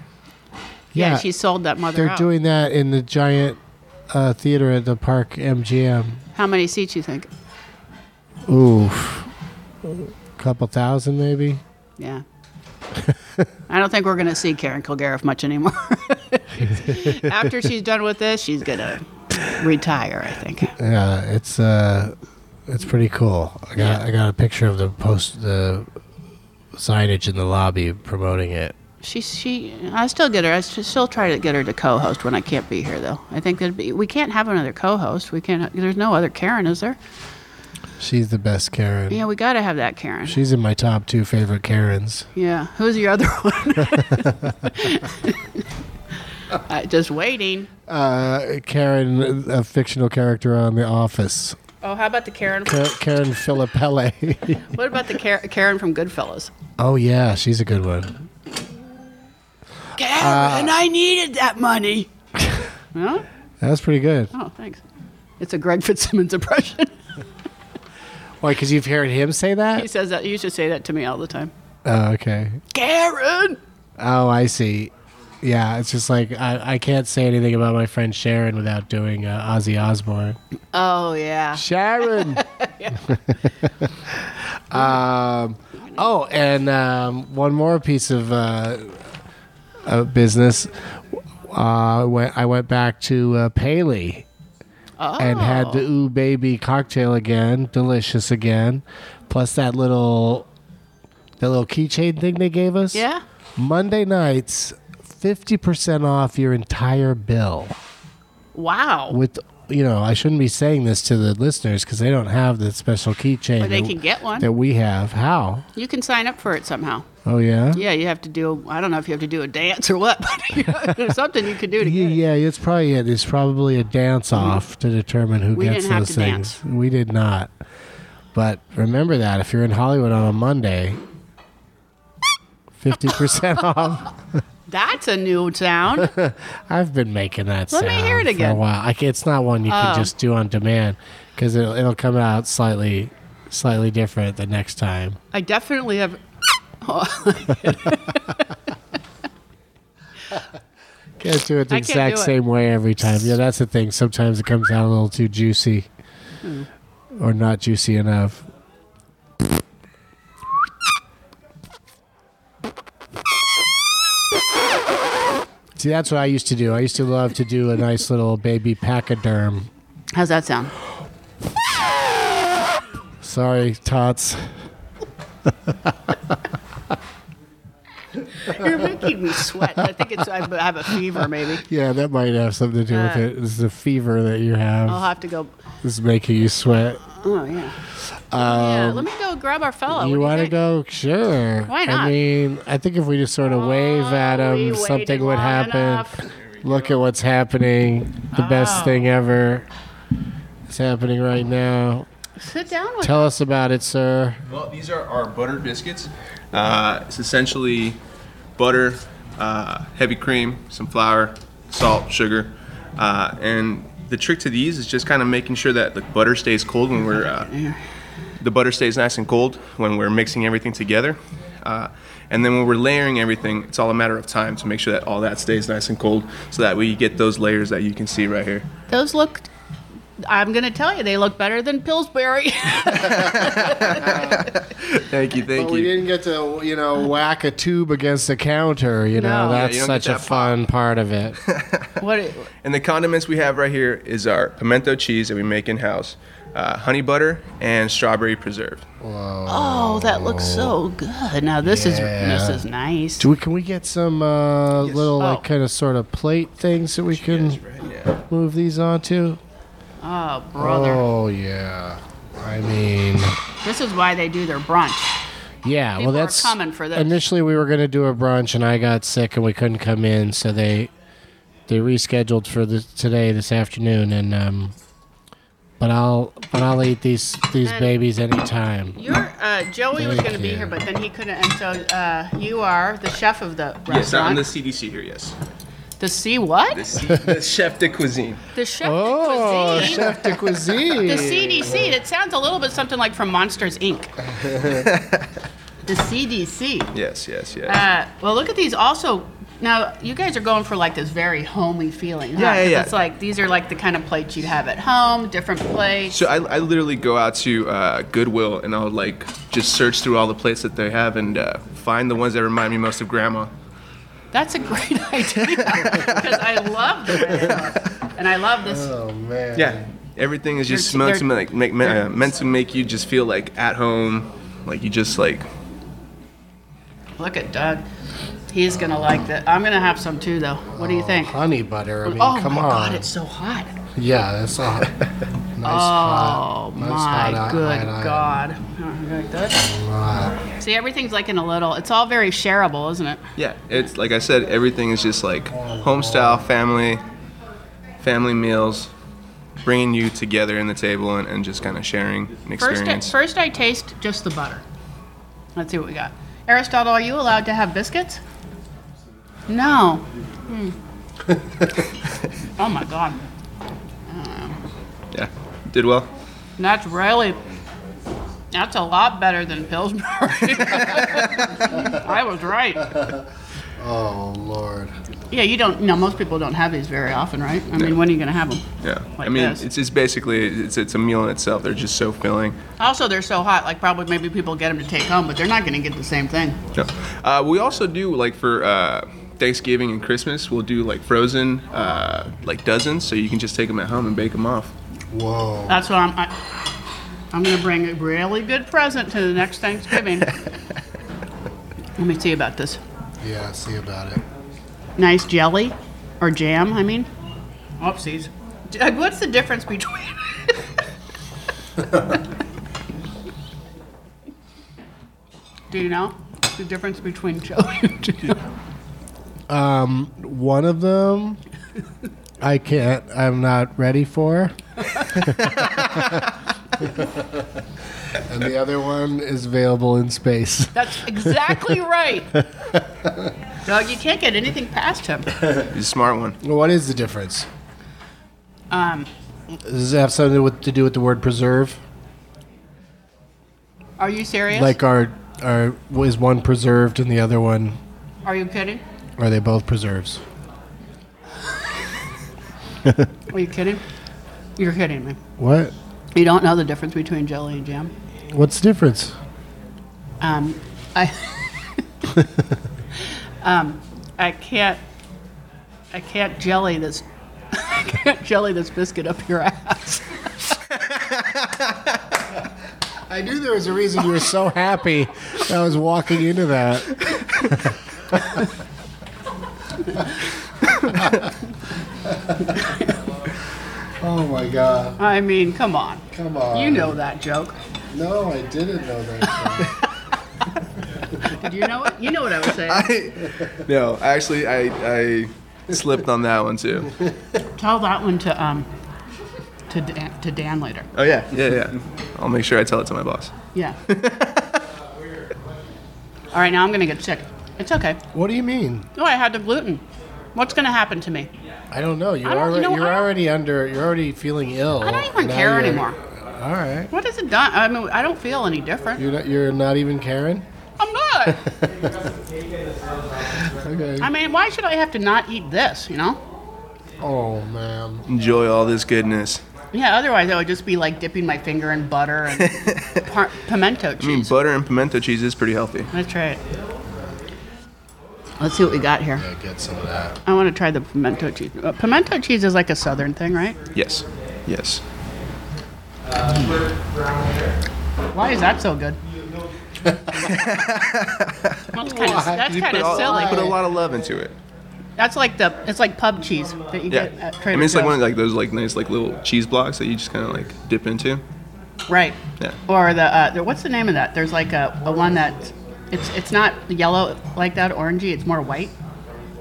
Speaker 3: Yeah, she sold that mother.
Speaker 2: they're
Speaker 3: out.
Speaker 2: doing that in the giant uh, theater at the park MGM.
Speaker 3: How many seats you think?
Speaker 2: Oof, couple thousand maybe.
Speaker 3: Yeah. I don't think we're going to see Karen Kilgariff much anymore. After she's done with this, she's going to retire, I think.
Speaker 2: Yeah, it's uh, it's pretty cool. I got I got a picture of the post the signage in the lobby promoting it.
Speaker 3: She she I still get her. I s- still try to get her to co-host when I can't be here though. I think that be we can't have another co-host. We can't there's no other Karen, is there?
Speaker 2: She's the best Karen.
Speaker 3: Yeah, we got to have that Karen.
Speaker 2: She's in my top two favorite Karens.
Speaker 3: yeah. Who's your other one? I, just waiting.
Speaker 2: Uh, Karen, a fictional character on The Office.
Speaker 3: Oh, how about the Karen?
Speaker 2: Karen, Karen Filippelli.
Speaker 3: What about the Kar- Karen from Goodfellas?
Speaker 2: oh, yeah, she's a good one.
Speaker 3: Karen, I needed that money. no?
Speaker 2: That was pretty good.
Speaker 3: Oh, thanks. It's a Greg Fitzsimmons impression.
Speaker 2: Why, because you've heard him say
Speaker 3: he
Speaker 2: that?
Speaker 3: says that. He used to say that to me all the time.
Speaker 2: Oh, okay.
Speaker 3: Karen.
Speaker 2: Oh, I see. Yeah, it's just like I, I can't say anything about my friend Sharon without doing uh, Ozzy Osbourne.
Speaker 3: Oh yeah.
Speaker 2: Sharon. um, oh, and um, one more piece of uh, uh, business. Uh, when I went back to uh, Paley
Speaker 3: Oh.
Speaker 2: and had the Ooh Baby cocktail again, delicious again. Plus that little that little keychain thing they gave us.
Speaker 3: Yeah.
Speaker 2: Monday nights, fifty percent off your entire bill.
Speaker 3: Wow.
Speaker 2: With you know, I shouldn't be saying this to the listeners because they don't have the special keychain.
Speaker 3: But they
Speaker 2: that-
Speaker 3: can get one.
Speaker 2: that we have. How?
Speaker 3: You can sign up for it somehow.
Speaker 2: Oh yeah.
Speaker 3: Yeah, you have to do. I don't know if you have to do a dance or what, but there's something you can do to
Speaker 2: Yeah,
Speaker 3: get. it.
Speaker 2: yeah, it's probably it. It's probably a dance off to determine who
Speaker 3: Mm-hmm. We
Speaker 2: gets
Speaker 3: didn't have
Speaker 2: those
Speaker 3: to
Speaker 2: things. We did not. But remember that if you're in Hollywood on a Monday, fifty percent off.
Speaker 3: That's a new sound.
Speaker 2: I've been making that
Speaker 3: Let
Speaker 2: sound
Speaker 3: me hear it
Speaker 2: for a
Speaker 3: again.
Speaker 2: while. I, ca- it's not one you can
Speaker 3: Oh.
Speaker 2: just do on demand because it'll, it'll come out slightly slightly different the next time.
Speaker 3: I definitely have.
Speaker 2: Can't do it the
Speaker 3: I can't
Speaker 2: exact
Speaker 3: do it.
Speaker 2: same way every time. Yeah, that's the thing. Sometimes it comes out a little too juicy,
Speaker 3: Hmm.
Speaker 2: or not juicy enough. See, that's what I used to do. I used to love to do a nice little baby pachyderm.
Speaker 3: How's that sound?
Speaker 2: Sorry, tots.
Speaker 3: You're making me sweat. I think it's. I have a fever. Maybe
Speaker 2: Yeah, that might have something to do with
Speaker 3: Uh.
Speaker 2: it. It's the fever that you have.
Speaker 3: I'll have to go.
Speaker 2: It's making you sweat.
Speaker 3: Oh yeah. yeah. Let me go grab our fellow.
Speaker 2: Um, You
Speaker 3: What
Speaker 2: want
Speaker 3: do
Speaker 2: to
Speaker 3: think?
Speaker 2: go? Sure.
Speaker 3: Why
Speaker 2: I
Speaker 3: not?
Speaker 2: mean, I think if we just sort of wave at
Speaker 3: Oh, we
Speaker 2: him,
Speaker 3: waited
Speaker 2: something would
Speaker 3: long
Speaker 2: happen.
Speaker 3: enough.
Speaker 2: Look at what's happening. The best
Speaker 3: Oh.
Speaker 2: thing ever is happening right now.
Speaker 3: Sit down with.
Speaker 2: Tell us about it, sir.
Speaker 4: Well, these are our buttered biscuits. Uh, it's essentially butter, uh, heavy cream, some flour, salt, sugar, uh, and the trick to these is just kind of making sure that the butter stays cold when we're uh, the butter stays nice and cold when we're mixing everything together. Uh, and then when we're layering everything, it's all a matter of time to make sure that all that stays nice and cold, so that way you get those layers that you can see right here.
Speaker 3: Those look. I'm gonna tell you, they look better than Pillsbury.
Speaker 4: Thank you, thank
Speaker 2: Well, we
Speaker 4: you.
Speaker 2: didn't get to, you know, whack a tube against the counter. You know,
Speaker 3: No. Yeah,
Speaker 2: that's
Speaker 4: you don't get
Speaker 2: such a
Speaker 4: that pop.
Speaker 2: fun part of it.
Speaker 3: what? it-
Speaker 4: And the condiments we have right here is our pimento cheese that we make in house, uh, honey butter, and strawberry preserve.
Speaker 3: Oh, that looks so good. Now this is
Speaker 2: Yeah.
Speaker 3: this is nice.
Speaker 2: Do we? Can we get some uh,
Speaker 4: Yes.
Speaker 2: little,
Speaker 3: Oh.
Speaker 2: like, kind of sort of plate things that we can
Speaker 4: Yes, right, yeah.
Speaker 2: move these onto?
Speaker 3: Oh, brother.
Speaker 2: Oh yeah. I mean,
Speaker 3: This is why they do their brunch.
Speaker 2: yeah.
Speaker 3: People
Speaker 2: well,
Speaker 3: are
Speaker 2: that's
Speaker 3: coming for this.
Speaker 2: Initially, we were going to do a brunch, and I got sick, and we couldn't come in, so they they rescheduled for the, today this afternoon, and um. But I'll but I'll eat these these
Speaker 3: And-
Speaker 2: babies anytime.
Speaker 3: Your uh, Joey was
Speaker 2: Thank
Speaker 3: going to be
Speaker 2: you.
Speaker 3: here, but then he couldn't, and so uh, you are the chef of the restaurant.
Speaker 4: Yes, I'm the CDC here. Yes,
Speaker 3: The C what?
Speaker 4: the,
Speaker 3: The,
Speaker 4: C- the chef de cuisine.
Speaker 3: chef.
Speaker 2: Oh,
Speaker 3: de cuisine.
Speaker 2: chef de cuisine.
Speaker 3: The CDC. It sounds a little bit something like from Monsters Inc. the CDC.
Speaker 4: Yes, yes, yes.
Speaker 3: Uh, well, look at these. Also, now you guys are going for like this very homey feeling. huh?
Speaker 4: Yeah, yeah,
Speaker 3: 'Cause
Speaker 4: yeah.
Speaker 3: It's like these are like the kind of plates you'd have at home, different plates.
Speaker 4: so I, I literally go out to uh, Goodwill and I'll like just search through all the plates that they have and uh, find the ones that remind me most of Grandma.
Speaker 3: That's a great idea because I love the red sauce, and I love this.
Speaker 2: Oh man.
Speaker 4: Yeah, everything is just
Speaker 3: They're-
Speaker 4: meant to make, make uh, meant to make you just feel like at home, like you just like
Speaker 3: Look at Doug. He's gonna like that. I'm gonna have some too, though. What do you think?
Speaker 2: Honey butter. Oh, I mean,
Speaker 3: oh
Speaker 2: come
Speaker 3: my
Speaker 2: on.
Speaker 3: God, it's so hot.
Speaker 2: Yeah, that's a hot, nice
Speaker 3: Oh
Speaker 2: hot. nice
Speaker 3: my
Speaker 2: hot
Speaker 3: good
Speaker 2: iron.
Speaker 3: god! Oh, you like that?
Speaker 2: Ah,
Speaker 3: See, everything's like in a little. It's all very shareable, isn't it?
Speaker 4: Yeah, it's like I said, everything is just like home style, family, family meals, bringing you together in the table and, and just kind of sharing an
Speaker 3: First, I,
Speaker 4: experience.
Speaker 3: first I taste just the butter. Let's see what we got. Aristotle, are you allowed to have biscuits? No. Hmm. oh my god,
Speaker 4: Yeah, did well.
Speaker 3: that's really. That's a lot better than Pillsbury. I was right.
Speaker 2: oh lord.
Speaker 3: Yeah, you don't. You know, most people don't have these very often, right? I mean, when are you gonna have them?
Speaker 4: Yeah, I
Speaker 3: Like
Speaker 4: mean,
Speaker 3: this.
Speaker 4: it's, it's basically it's it's a meal in itself. They're just so filling.
Speaker 3: Also, they're so hot. Like probably maybe people get them to take home, but they're not gonna get the same thing.
Speaker 4: No. Uh, we also do like for uh, Thanksgiving and Christmas, we'll do like frozen, uh, like dozens, so you can just take them at home and bake them off.
Speaker 2: Whoa.
Speaker 3: That's what I'm. I, I'm gonna bring a really good present to the next Thanksgiving. Let me see about this.
Speaker 2: yeah, see about it.
Speaker 3: Nice jelly or jam. I mean, oopsies. Doug, What's the difference between? Do you know the difference between jelly and jam?
Speaker 2: One of them, I can't. I'm not ready for. and the other one is available in space.
Speaker 3: That's exactly right. Doug, you can't get anything past him.
Speaker 4: It's a smart one.
Speaker 2: What is the difference?
Speaker 3: Um,
Speaker 2: Does it have something to, with, to do with the word preserve?
Speaker 3: are you serious?
Speaker 2: Like, are are is one preserved and the other one?
Speaker 3: are you kidding?
Speaker 2: Are they both preserves?
Speaker 3: Are you kidding? You're kidding me.
Speaker 2: What?
Speaker 3: You don't know the difference between jelly and jam?
Speaker 2: What's the difference?
Speaker 3: Um, I, um, I can't, I can't jelly this, I can't jelly this biscuit up your ass.
Speaker 2: I knew there was a reason you were so happy that I was walking into that. oh my god.
Speaker 3: I mean, come on.
Speaker 2: Come on.
Speaker 3: You know that joke.
Speaker 2: No, I didn't know that.
Speaker 3: Did you know it? You know what I was saying.
Speaker 4: I, no, actually, I I slipped on that one too.
Speaker 3: Tell that one to, um, to Dan, to Dan later.
Speaker 4: Oh yeah, yeah, yeah. I'll make sure I tell it to my boss.
Speaker 3: Yeah. All right, now I'm gonna get sick. It's okay.
Speaker 2: what do you mean?
Speaker 3: Oh, I had the gluten. What's gonna happen to me?
Speaker 2: I don't know. You're
Speaker 3: I don't- you
Speaker 2: already
Speaker 3: know,
Speaker 2: you're
Speaker 3: I don't-
Speaker 2: already under you're already feeling ill.
Speaker 3: I don't even
Speaker 2: Now
Speaker 3: care
Speaker 2: you're-
Speaker 3: anymore.
Speaker 2: All right.
Speaker 3: What has it done? I mean, I don't feel any different.
Speaker 2: You're not you're not even caring?
Speaker 3: I'm not.
Speaker 2: Okay.
Speaker 3: I mean, why should I have to not eat this, you know?
Speaker 2: oh man.
Speaker 4: Enjoy all this goodness.
Speaker 3: Yeah, otherwise I would just be like dipping my finger in butter and par- pimento
Speaker 4: I mean,
Speaker 3: cheese.
Speaker 4: butter and pimento cheese is pretty healthy.
Speaker 3: Let's try it. Let's see what we got here.
Speaker 2: I get some of that.
Speaker 3: I want to try the pimento cheese. Uh, pimento cheese is like a southern thing, right?
Speaker 4: Yes, yes.
Speaker 3: Why is that so good? that's kind of
Speaker 2: Why?
Speaker 3: that's
Speaker 4: You
Speaker 3: kind
Speaker 4: put all-
Speaker 3: of silly.
Speaker 4: you put a lot of love into it.
Speaker 3: That's like the it's like pub cheese that you
Speaker 4: Yeah,
Speaker 3: get at
Speaker 4: I
Speaker 3: Trader
Speaker 4: mean, it's like one of
Speaker 3: Joe's.
Speaker 4: like those like nice like little cheese blocks that you just kind of like dip into.
Speaker 3: right?
Speaker 4: Yeah.
Speaker 3: Or the, uh, the what's the name of that? There's like a, a one that it's it's not yellow like that, orangey. It's more white.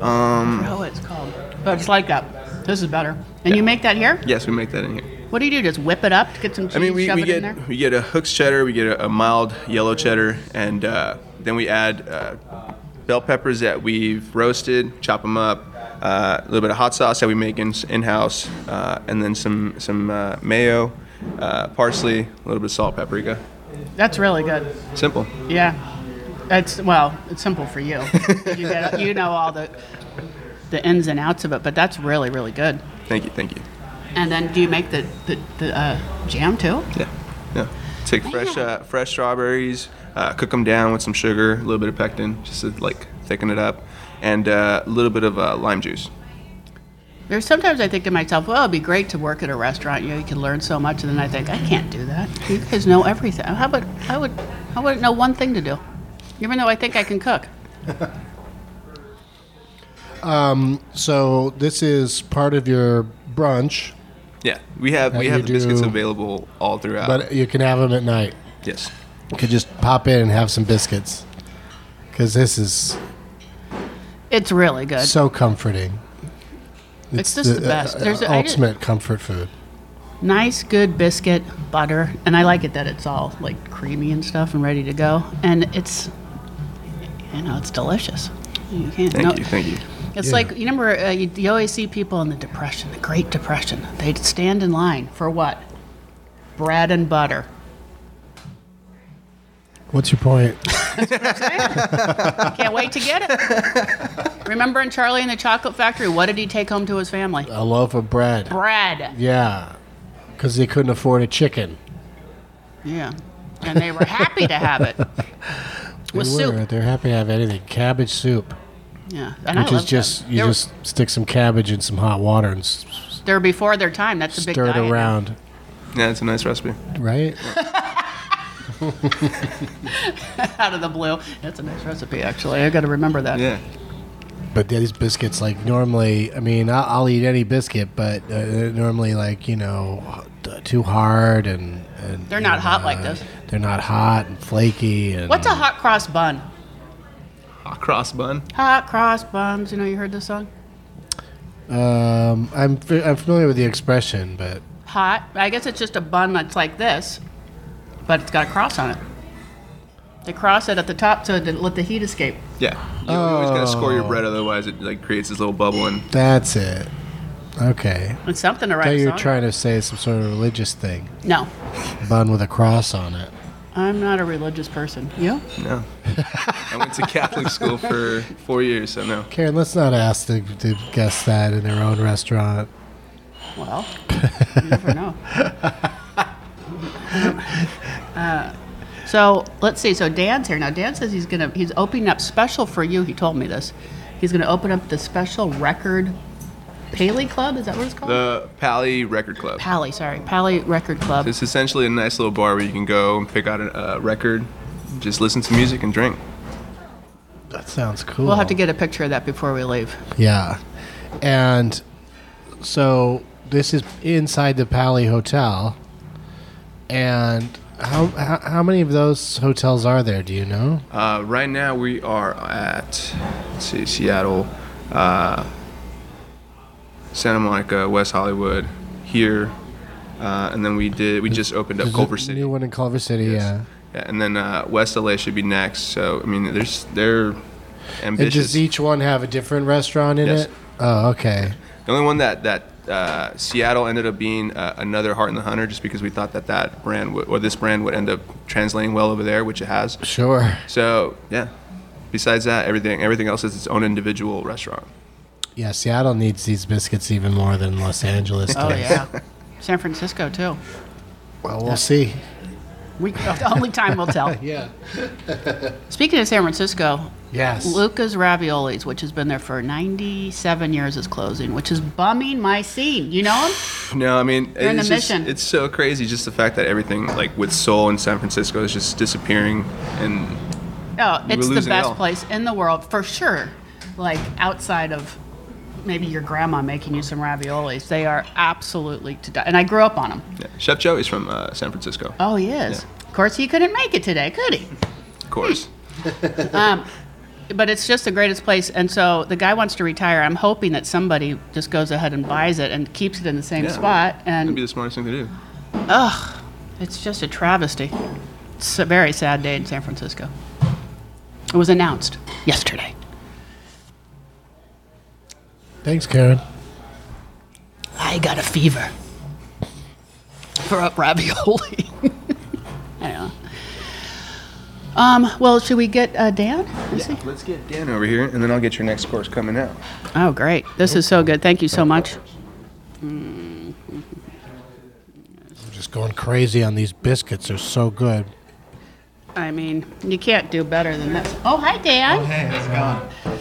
Speaker 4: Um.
Speaker 3: Oh, it's called. But it's like that. This is better. And you make that here?
Speaker 4: Yes, we make that in here.
Speaker 3: What do you do? Just whip it up to get some cheese,
Speaker 4: I mean, we,
Speaker 3: shove
Speaker 4: we
Speaker 3: it in there?
Speaker 4: get we get a hooks cheddar, we get a, a mild yellow cheddar, and uh, then we add uh, bell peppers that we've roasted, chop them up, uh, a little bit of hot sauce that we make in house, uh, and then some some uh, mayo, uh, parsley, a little bit of salt, paprika.
Speaker 3: That's really good.
Speaker 4: Simple.
Speaker 3: Yeah. It's, well, it's simple for you. you, get, you know all the, the ins and outs of it, but that's really, really good.
Speaker 4: Thank you. Thank you.
Speaker 3: And then do you make the, the, the uh, jam too?
Speaker 4: Yeah. Yeah. Take fresh uh, fresh strawberries, uh, cook them down with some sugar, a little bit of pectin, just to like thicken it up, and uh, a little bit of uh, lime juice.
Speaker 3: There's sometimes I think to myself, well, it'd be great to work at a restaurant. You, know, you can learn so much, and then I think I can't do that. You guys know everything. How about I would I wouldn't know one thing to do, even though I think I can cook.
Speaker 2: So this is part of your brunch.
Speaker 4: Yeah, we have we
Speaker 2: That
Speaker 4: have
Speaker 2: you
Speaker 4: the biscuits
Speaker 2: do-
Speaker 4: available all throughout.
Speaker 2: But you can have them at night.
Speaker 4: yes,
Speaker 2: You could just pop in and have some biscuits. Because this is
Speaker 3: It's really good.
Speaker 2: so comforting.
Speaker 3: It's just the best.
Speaker 2: uh,
Speaker 3: There's a- I just-
Speaker 2: ultimate comfort food.
Speaker 3: nice, good biscuit, butter, and I like it that it's all like creamy and stuff and ready to go. And it's, you know, it's delicious. You can't.
Speaker 4: thank
Speaker 3: no,
Speaker 4: you, thank you.
Speaker 3: It's
Speaker 2: Yeah.
Speaker 3: like you remember uh, you, you always see people in the depression, the Great Depression. They'd stand in line for what? Bread and butter.
Speaker 2: What's your point?
Speaker 3: Can't wait to get it. remember in Charlie and the Chocolate Factory, what did he take home to his family?
Speaker 2: A loaf of bread.
Speaker 3: Bread.
Speaker 2: Yeah. Because they couldn't afford a chicken.
Speaker 3: Yeah. And they were happy to have it.
Speaker 2: They
Speaker 3: With soup.
Speaker 2: were. They're happy to have anything. Cabbage soup,
Speaker 3: Yeah. And
Speaker 2: which
Speaker 3: I
Speaker 2: is
Speaker 3: love
Speaker 2: just
Speaker 3: them.
Speaker 2: you
Speaker 3: They're-
Speaker 2: just stick some cabbage in some hot water and s-
Speaker 3: They're before their time. That's a big
Speaker 2: stir it
Speaker 3: diet.
Speaker 2: around,
Speaker 4: Yeah, it's a nice recipe.
Speaker 2: right?
Speaker 3: out of the blue. That's a nice recipe, actually. I got to remember that.
Speaker 4: Yeah,
Speaker 2: But these biscuits, like normally, I mean, I- I'll eat any biscuit, but uh, they're normally, like you know, h- too hard and, and
Speaker 3: They're not
Speaker 2: and, uh,
Speaker 3: hot like this.
Speaker 2: They're not hot and flaky. And
Speaker 3: What's a hot cross bun?
Speaker 4: hot cross bun.
Speaker 3: Hot cross buns. You know, you heard this song.
Speaker 2: Um, I'm f- I'm familiar with the expression, but
Speaker 3: Hot. I guess it's just a bun that's like this, but it's got a cross on it. They cross it at the top to to let the heat escape.
Speaker 4: Yeah, you, you always gotta score your
Speaker 2: Oh.
Speaker 4: bread, otherwise it like creates this little bubble. And
Speaker 2: that's it. Okay.
Speaker 3: It's something to
Speaker 2: I thought
Speaker 3: write. a
Speaker 2: you were
Speaker 3: song.
Speaker 2: trying to say some sort of religious thing,
Speaker 3: No,
Speaker 2: bun with a cross on it.
Speaker 3: I'm not a religious person. You?
Speaker 4: no, I went to Catholic school for four years, so no.
Speaker 2: Karen, let's not ask the, the guests that in their own restaurant.
Speaker 3: Well, you never know. uh, so let's see. So Dan's here now. Dan says he's gonna he's opening up special for you. He told me this. He's gonna open up the special record Paley Club. Is that what it's called?
Speaker 4: The Pally Record Club.
Speaker 3: Pally, sorry, Pally Record Club.
Speaker 4: It's essentially a nice little bar where you can go and pick out a, a record, just listen to music and drink.
Speaker 2: That sounds cool.
Speaker 3: We'll have to get a picture of that before we leave.
Speaker 2: Yeah. And so this is inside the Pally Hotel. And how, how, how many of those hotels are there? Do you know?
Speaker 4: Uh, right now we are at let's see, Seattle, uh, Santa Monica, West Hollywood, here, uh, and then we did we just opened up
Speaker 2: There's a
Speaker 4: Culver City,
Speaker 2: New one in Culver City, yeah.
Speaker 4: Yeah, and then uh, West LA should be next. So I mean, there's they're
Speaker 2: And
Speaker 4: ambitious.
Speaker 2: does each one have a different restaurant in
Speaker 4: Yes.
Speaker 2: it? Oh, okay.
Speaker 4: The only one that that uh, Seattle ended up being uh, another Heart in the Hunter, just because we thought that that brand would, or this brand would end up translating well over there, which it has.
Speaker 2: Sure.
Speaker 4: So yeah. Besides that, everything everything else is its own individual restaurant.
Speaker 2: Yeah, Seattle needs these biscuits even more than Los Angeles does.
Speaker 3: Oh yeah, San Francisco too.
Speaker 2: Well, we'll see.
Speaker 3: We only time will tell.
Speaker 2: Yeah.
Speaker 3: Speaking of San Francisco,
Speaker 2: Yes.
Speaker 3: Luca's Raviolis, which has been there for 97 years, is closing, which is bumming my scene. You know him?
Speaker 4: No, I mean
Speaker 3: You're in
Speaker 4: it's
Speaker 3: the
Speaker 4: just-
Speaker 3: mission.
Speaker 4: it's so crazy. Just the fact that everything like with Seoul and San Francisco is just disappearing, and
Speaker 3: No, Oh,
Speaker 4: were
Speaker 3: it's the
Speaker 4: losing it
Speaker 3: best
Speaker 4: all.
Speaker 3: place in the world for sure. Like outside of maybe your grandma making you some raviolis, they are absolutely to die. And I grew up on them.
Speaker 4: yeah. Chef Joey's from uh, San Francisco,
Speaker 3: Oh, he is. Of course, he couldn't make it today, could he?
Speaker 4: of course.
Speaker 3: But it's just the greatest place. And so the guy wants to retire. I'm hoping that somebody just goes ahead and buys it and keeps it in the same
Speaker 4: Yeah.
Speaker 3: spot. And
Speaker 4: That'd be the smartest thing to do.
Speaker 3: It's just a travesty. It's a very sad day in San Francisco. It was announced yesterday.
Speaker 2: Thanks, Karen.
Speaker 3: I got a fever. For up ravioli. I don't know. Um, well, should we get uh, Dan? Is he-
Speaker 4: Let's get Dan over here, and then I'll get your next course coming out.
Speaker 3: Oh, great. This is so good. Thank you so much.
Speaker 2: I'm just going crazy on these biscuits. They're so good.
Speaker 3: I mean, you can't do better than this. Oh, hi, Dan.
Speaker 5: Hey, how's it going?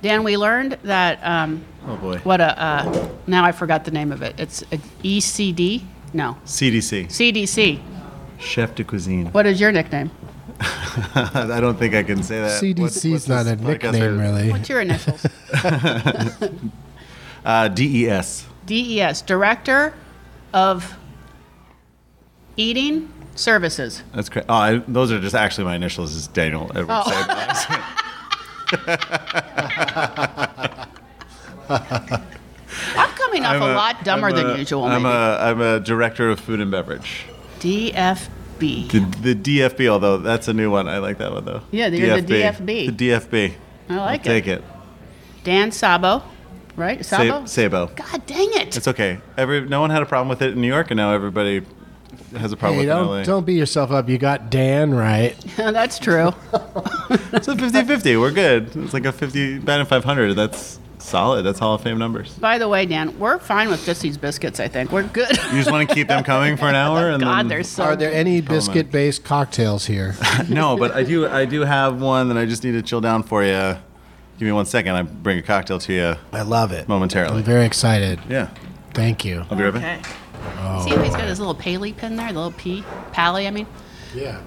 Speaker 3: Dan, we learned that um,
Speaker 5: Oh boy.
Speaker 3: what a, uh, now I forgot the name of it. It's a ECD? No,
Speaker 5: CDC,
Speaker 3: CDC.
Speaker 5: chef de cuisine.
Speaker 3: What is your nickname?
Speaker 5: I don't think I can say that.
Speaker 2: CDC's not a
Speaker 5: this podcast
Speaker 2: nickname,
Speaker 5: or-
Speaker 2: really.
Speaker 3: What's your initials?
Speaker 5: Uh, DES.
Speaker 3: DES, E Director of Eating Services.
Speaker 5: That's great. Oh, I, those are just actually my initials. Is Daniel Edward
Speaker 3: Oh.
Speaker 5: Saban.
Speaker 3: I'm coming off
Speaker 5: I'm
Speaker 3: a, lot dumber
Speaker 5: I'm
Speaker 3: than
Speaker 5: a-
Speaker 3: usual,
Speaker 5: I'm
Speaker 3: maybe.
Speaker 5: a I'm a director of food and beverage.
Speaker 3: DFB.
Speaker 5: The, the DFB, although that's a new one. I like that one though.
Speaker 3: Yeah, you're the DFB.
Speaker 5: The DFB.
Speaker 3: I like
Speaker 5: I'll
Speaker 3: it.
Speaker 5: Take it.
Speaker 3: Dan Sabo, right? Sabo?
Speaker 5: Sa- Sabo.
Speaker 3: God dang it.
Speaker 5: It's okay. Every no one had a problem with it in New York, and now everybody has a problem
Speaker 2: Hey,
Speaker 5: with it in
Speaker 2: don't
Speaker 5: LA.
Speaker 2: don't beat yourself up. You got Dan right.
Speaker 3: That's true.
Speaker 5: It's a 50-50. We're good. It's like a fifty batting five hundred. That's solid. That's Hall of Fame numbers.
Speaker 3: By the way, Dan, we're fine with just these biscuits, I think. We're good.
Speaker 5: You just want to keep them coming for an hour, and
Speaker 3: Oh God,
Speaker 5: then,
Speaker 3: they're so
Speaker 2: Mm. Are there any
Speaker 5: Comment.
Speaker 2: biscuit-based cocktails here?
Speaker 5: no, but I do. I do have one that I just need to chill down for you. Give me one second. I bring a cocktail to you
Speaker 2: I love it. I'm
Speaker 5: momentarily.
Speaker 2: very excited.
Speaker 5: Yeah,
Speaker 2: Thank you.
Speaker 5: I'll be right back.
Speaker 3: Okay.
Speaker 2: Oh.
Speaker 3: See how he's got his little Paley pin there, the little P, Pally, I mean.
Speaker 2: Yeah.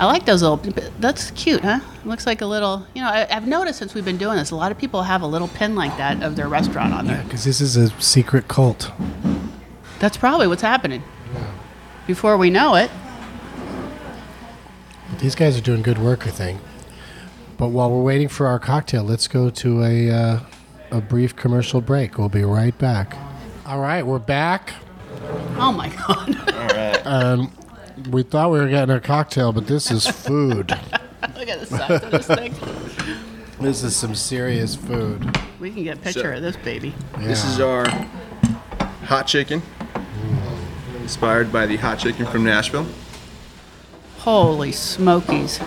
Speaker 3: I like those little, that's cute, huh? Looks like a little, you know, I, I've noticed since we've been doing this, a lot of people have a little pin like that of their restaurant on there.
Speaker 2: Because this is a secret cult.
Speaker 3: That's probably what's happening. Before we know it,
Speaker 2: These guys are doing good work, I think. But while we're waiting for our cocktail, let's go to a uh, a brief commercial break. We'll be right back. All right, we're back.
Speaker 3: oh my God.
Speaker 2: We thought we were getting a cocktail, but this is food.
Speaker 3: Look at the size of this thing.
Speaker 2: this is some serious food.
Speaker 3: We can get a picture of this baby.
Speaker 4: This is
Speaker 2: Yeah.
Speaker 4: our hot chicken, inspired by the hot chicken from Nashville.
Speaker 3: Holy smokies.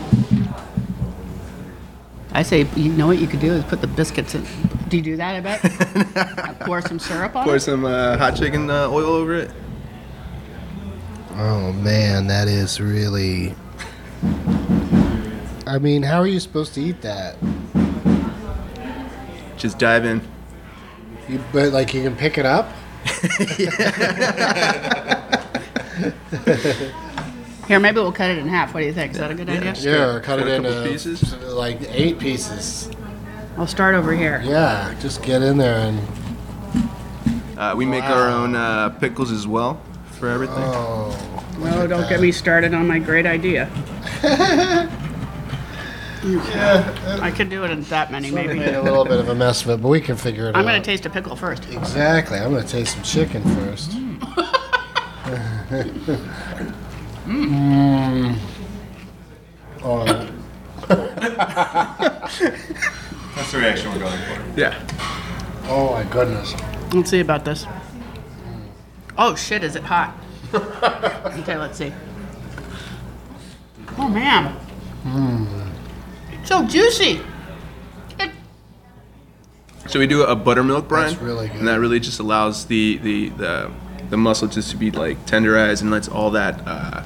Speaker 3: I say, you know what you could do is put the biscuits in. Do you do that, I bet? Pour some syrup on
Speaker 4: Pour
Speaker 3: it?
Speaker 4: some uh, hot chicken uh, oil over it.
Speaker 2: Oh man, that is really. I mean, how are you supposed to eat that?
Speaker 4: Just dive in.
Speaker 2: You, but like, you can pick it up.
Speaker 3: Here, maybe we'll cut it in half. What do you think? Is that a good idea?
Speaker 2: Yeah, cut
Speaker 4: Cut
Speaker 2: it
Speaker 4: a
Speaker 2: into
Speaker 4: couple pieces.
Speaker 2: like eight pieces.
Speaker 3: I'll start over here.
Speaker 2: Yeah, just get in there and
Speaker 4: Uh, we make our own uh, pickles as well for everything.
Speaker 2: oh,
Speaker 3: No, don't get me started on my great idea. I could do it in that many,
Speaker 2: we
Speaker 3: maybe.
Speaker 2: made a little bit of a mess of it, but we can figure it
Speaker 3: I'm
Speaker 2: out.
Speaker 3: gonna taste a pickle first.
Speaker 2: Exactly. I'm gonna taste some chicken first. mm. Oh,
Speaker 5: That's the reaction we're going for.
Speaker 4: Yeah.
Speaker 2: oh my goodness.
Speaker 3: Let's see about this. Oh shit, is it hot? okay, let's see. Oh man. It's So juicy. It-
Speaker 4: So we do a buttermilk brine.
Speaker 2: That's really good.
Speaker 4: And that really just allows the the the, the muscle just to be like tenderized and lets all that uh,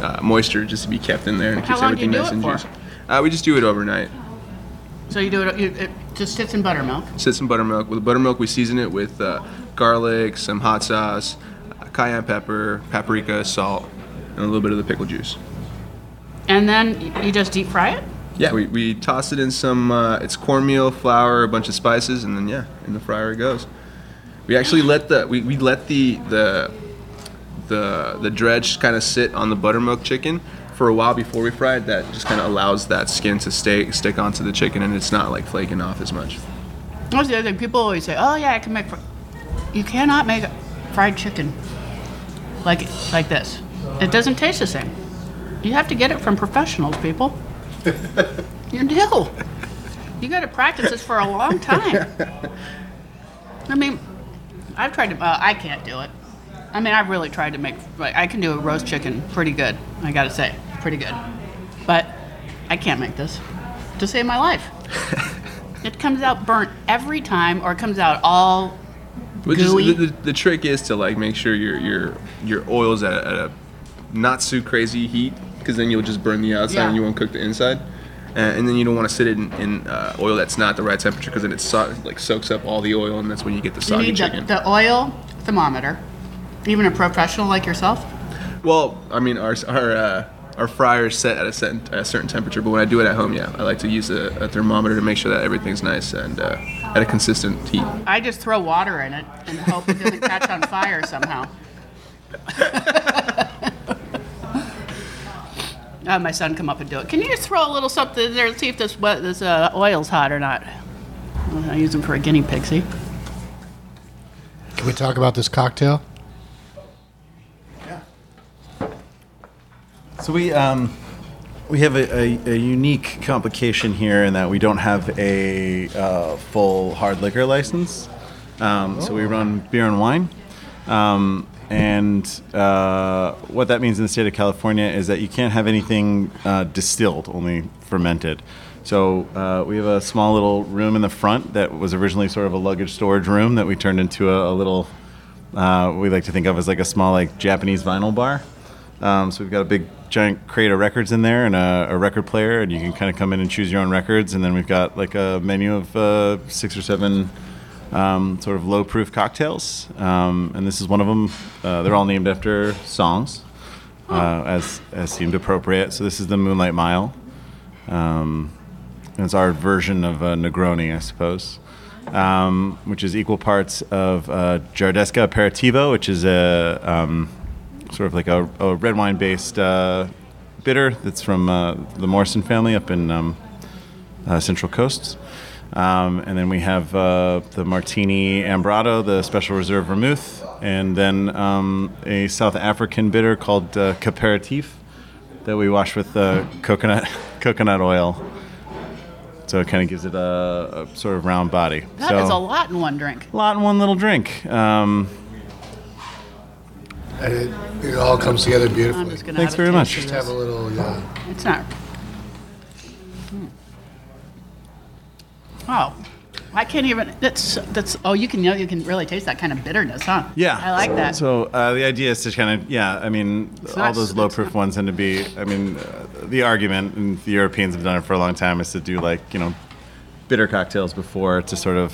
Speaker 4: uh, moisture just to be kept in there and it
Speaker 3: How
Speaker 4: keeps
Speaker 3: long do you
Speaker 4: everything
Speaker 3: do
Speaker 4: nice
Speaker 3: it
Speaker 4: and
Speaker 3: for?
Speaker 4: juicy. Uh, we just do it overnight.
Speaker 3: So you do it, you- it just sits in buttermilk.
Speaker 4: Sit some buttermilk. With buttermilk, we season it with uh, garlic, some hot sauce, uh, cayenne pepper, paprika, salt, and a little bit of the pickle juice.
Speaker 3: And then you- you just deep fry it?
Speaker 4: Yeah, we, we toss it in some, uh, it's cornmeal, flour, a bunch of spices, and then yeah, in the fryer it goes. We actually let the, we, we let the, the, the, the dredge kind of sit on the buttermilk chicken for a while before we fry it. That just kind of allows that skin to stay, stick onto the chicken and it's not like flaking off as much.
Speaker 3: That's the other thing. People always say, "Oh yeah, I can make." Fr-. You cannot make fried chicken like like this. It doesn't taste the same. You have to get it from professionals, people. you do. You got to practice this for a long time. I mean, I've tried to. Uh, I can't do it. I mean, I've really tried to make. Like, I can do a roast chicken pretty good. I gotta say, pretty good. But I can't make this to save my life. It comes out burnt every time, or it comes out all.
Speaker 4: Which
Speaker 3: Gooey.
Speaker 4: is the, the, the trick is to like make sure your your your oil's at a, at a not too crazy heat because then you'll just burn the outside and
Speaker 3: Yeah.
Speaker 4: you won't cook the inside. Uh, and then you don't want to sit it in, in uh, oil that's not the right temperature because then it so- like soaks up all the oil and that's when you get the
Speaker 3: You
Speaker 4: soggy
Speaker 3: need the,
Speaker 4: chicken.
Speaker 3: the oil thermometer. Even a professional like yourself.
Speaker 4: well, I mean our our uh, our fryer is set at a certain, a certain temperature, but when I do it at home, yeah, I like to use a, a thermometer to make sure that everything's nice and uh, at a consistent heat.
Speaker 3: I just throw water in it and hope it doesn't catch on fire somehow. I have Uh, my son come up and do it. Can you just throw a little something in there and see if this what, this uh, oil's hot or not? I use them for a guinea pig. See,
Speaker 2: Can we talk about this cocktail?
Speaker 5: So we um, we have a, a, a unique complication here in that we don't have a uh, full hard liquor license. Um, so we run beer and wine. Um, and uh, what that means in the state of California is that you can't have anything uh, distilled, only fermented. So uh, we have a small little room in the front that was originally sort of a luggage storage room that we turned into a, a little uh, we like to think of as like a small like Japanese vinyl bar. Um, so we've got a big giant crate of records in there and a, a record player, and you can kind of come in and choose your own records. And then we've got like a menu of uh, six or seven um, sort of low proof cocktails, um, and this is one of them. Uh, they're all named after songs, uh, as as seemed appropriate. So this is the Moonlight Mile. Um, And it's our version of uh, Negroni, I suppose, um, which is equal parts of uh, Jardesca Aperitivo, which is a um, sort of like a, a red wine based uh, bitter that's from uh, the Morrison family up in um, uh, Central Coast. Um, and then we have uh, the Martini Ambrado, the Special Reserve Vermouth, and then um, a South African bitter called uh, Caperitif that we wash with uh, coconut coconut oil. So it kind of gives it a, a sort of round body.
Speaker 3: that is
Speaker 5: so,
Speaker 3: a lot in one drink.
Speaker 5: a lot in one little drink. Um,
Speaker 6: And it, it all comes together
Speaker 3: I'm
Speaker 6: beautifully.
Speaker 3: just gonna
Speaker 5: Thanks
Speaker 3: have a
Speaker 5: very much.
Speaker 3: taste
Speaker 6: Just
Speaker 3: of
Speaker 6: have a
Speaker 3: this.
Speaker 6: little, uh, yeah.
Speaker 3: It's not. Hmm. Oh, I can't even. That's that's. Oh, you can you, know, you can really taste that kind of bitterness, huh?
Speaker 5: yeah,
Speaker 3: I like that.
Speaker 5: So uh, the idea is to kind of yeah. I mean, all
Speaker 3: not-
Speaker 5: those low proof ones tend to be. I mean, uh, the argument and the Europeans have done it for a long time is to do like you know, bitter cocktails before to sort of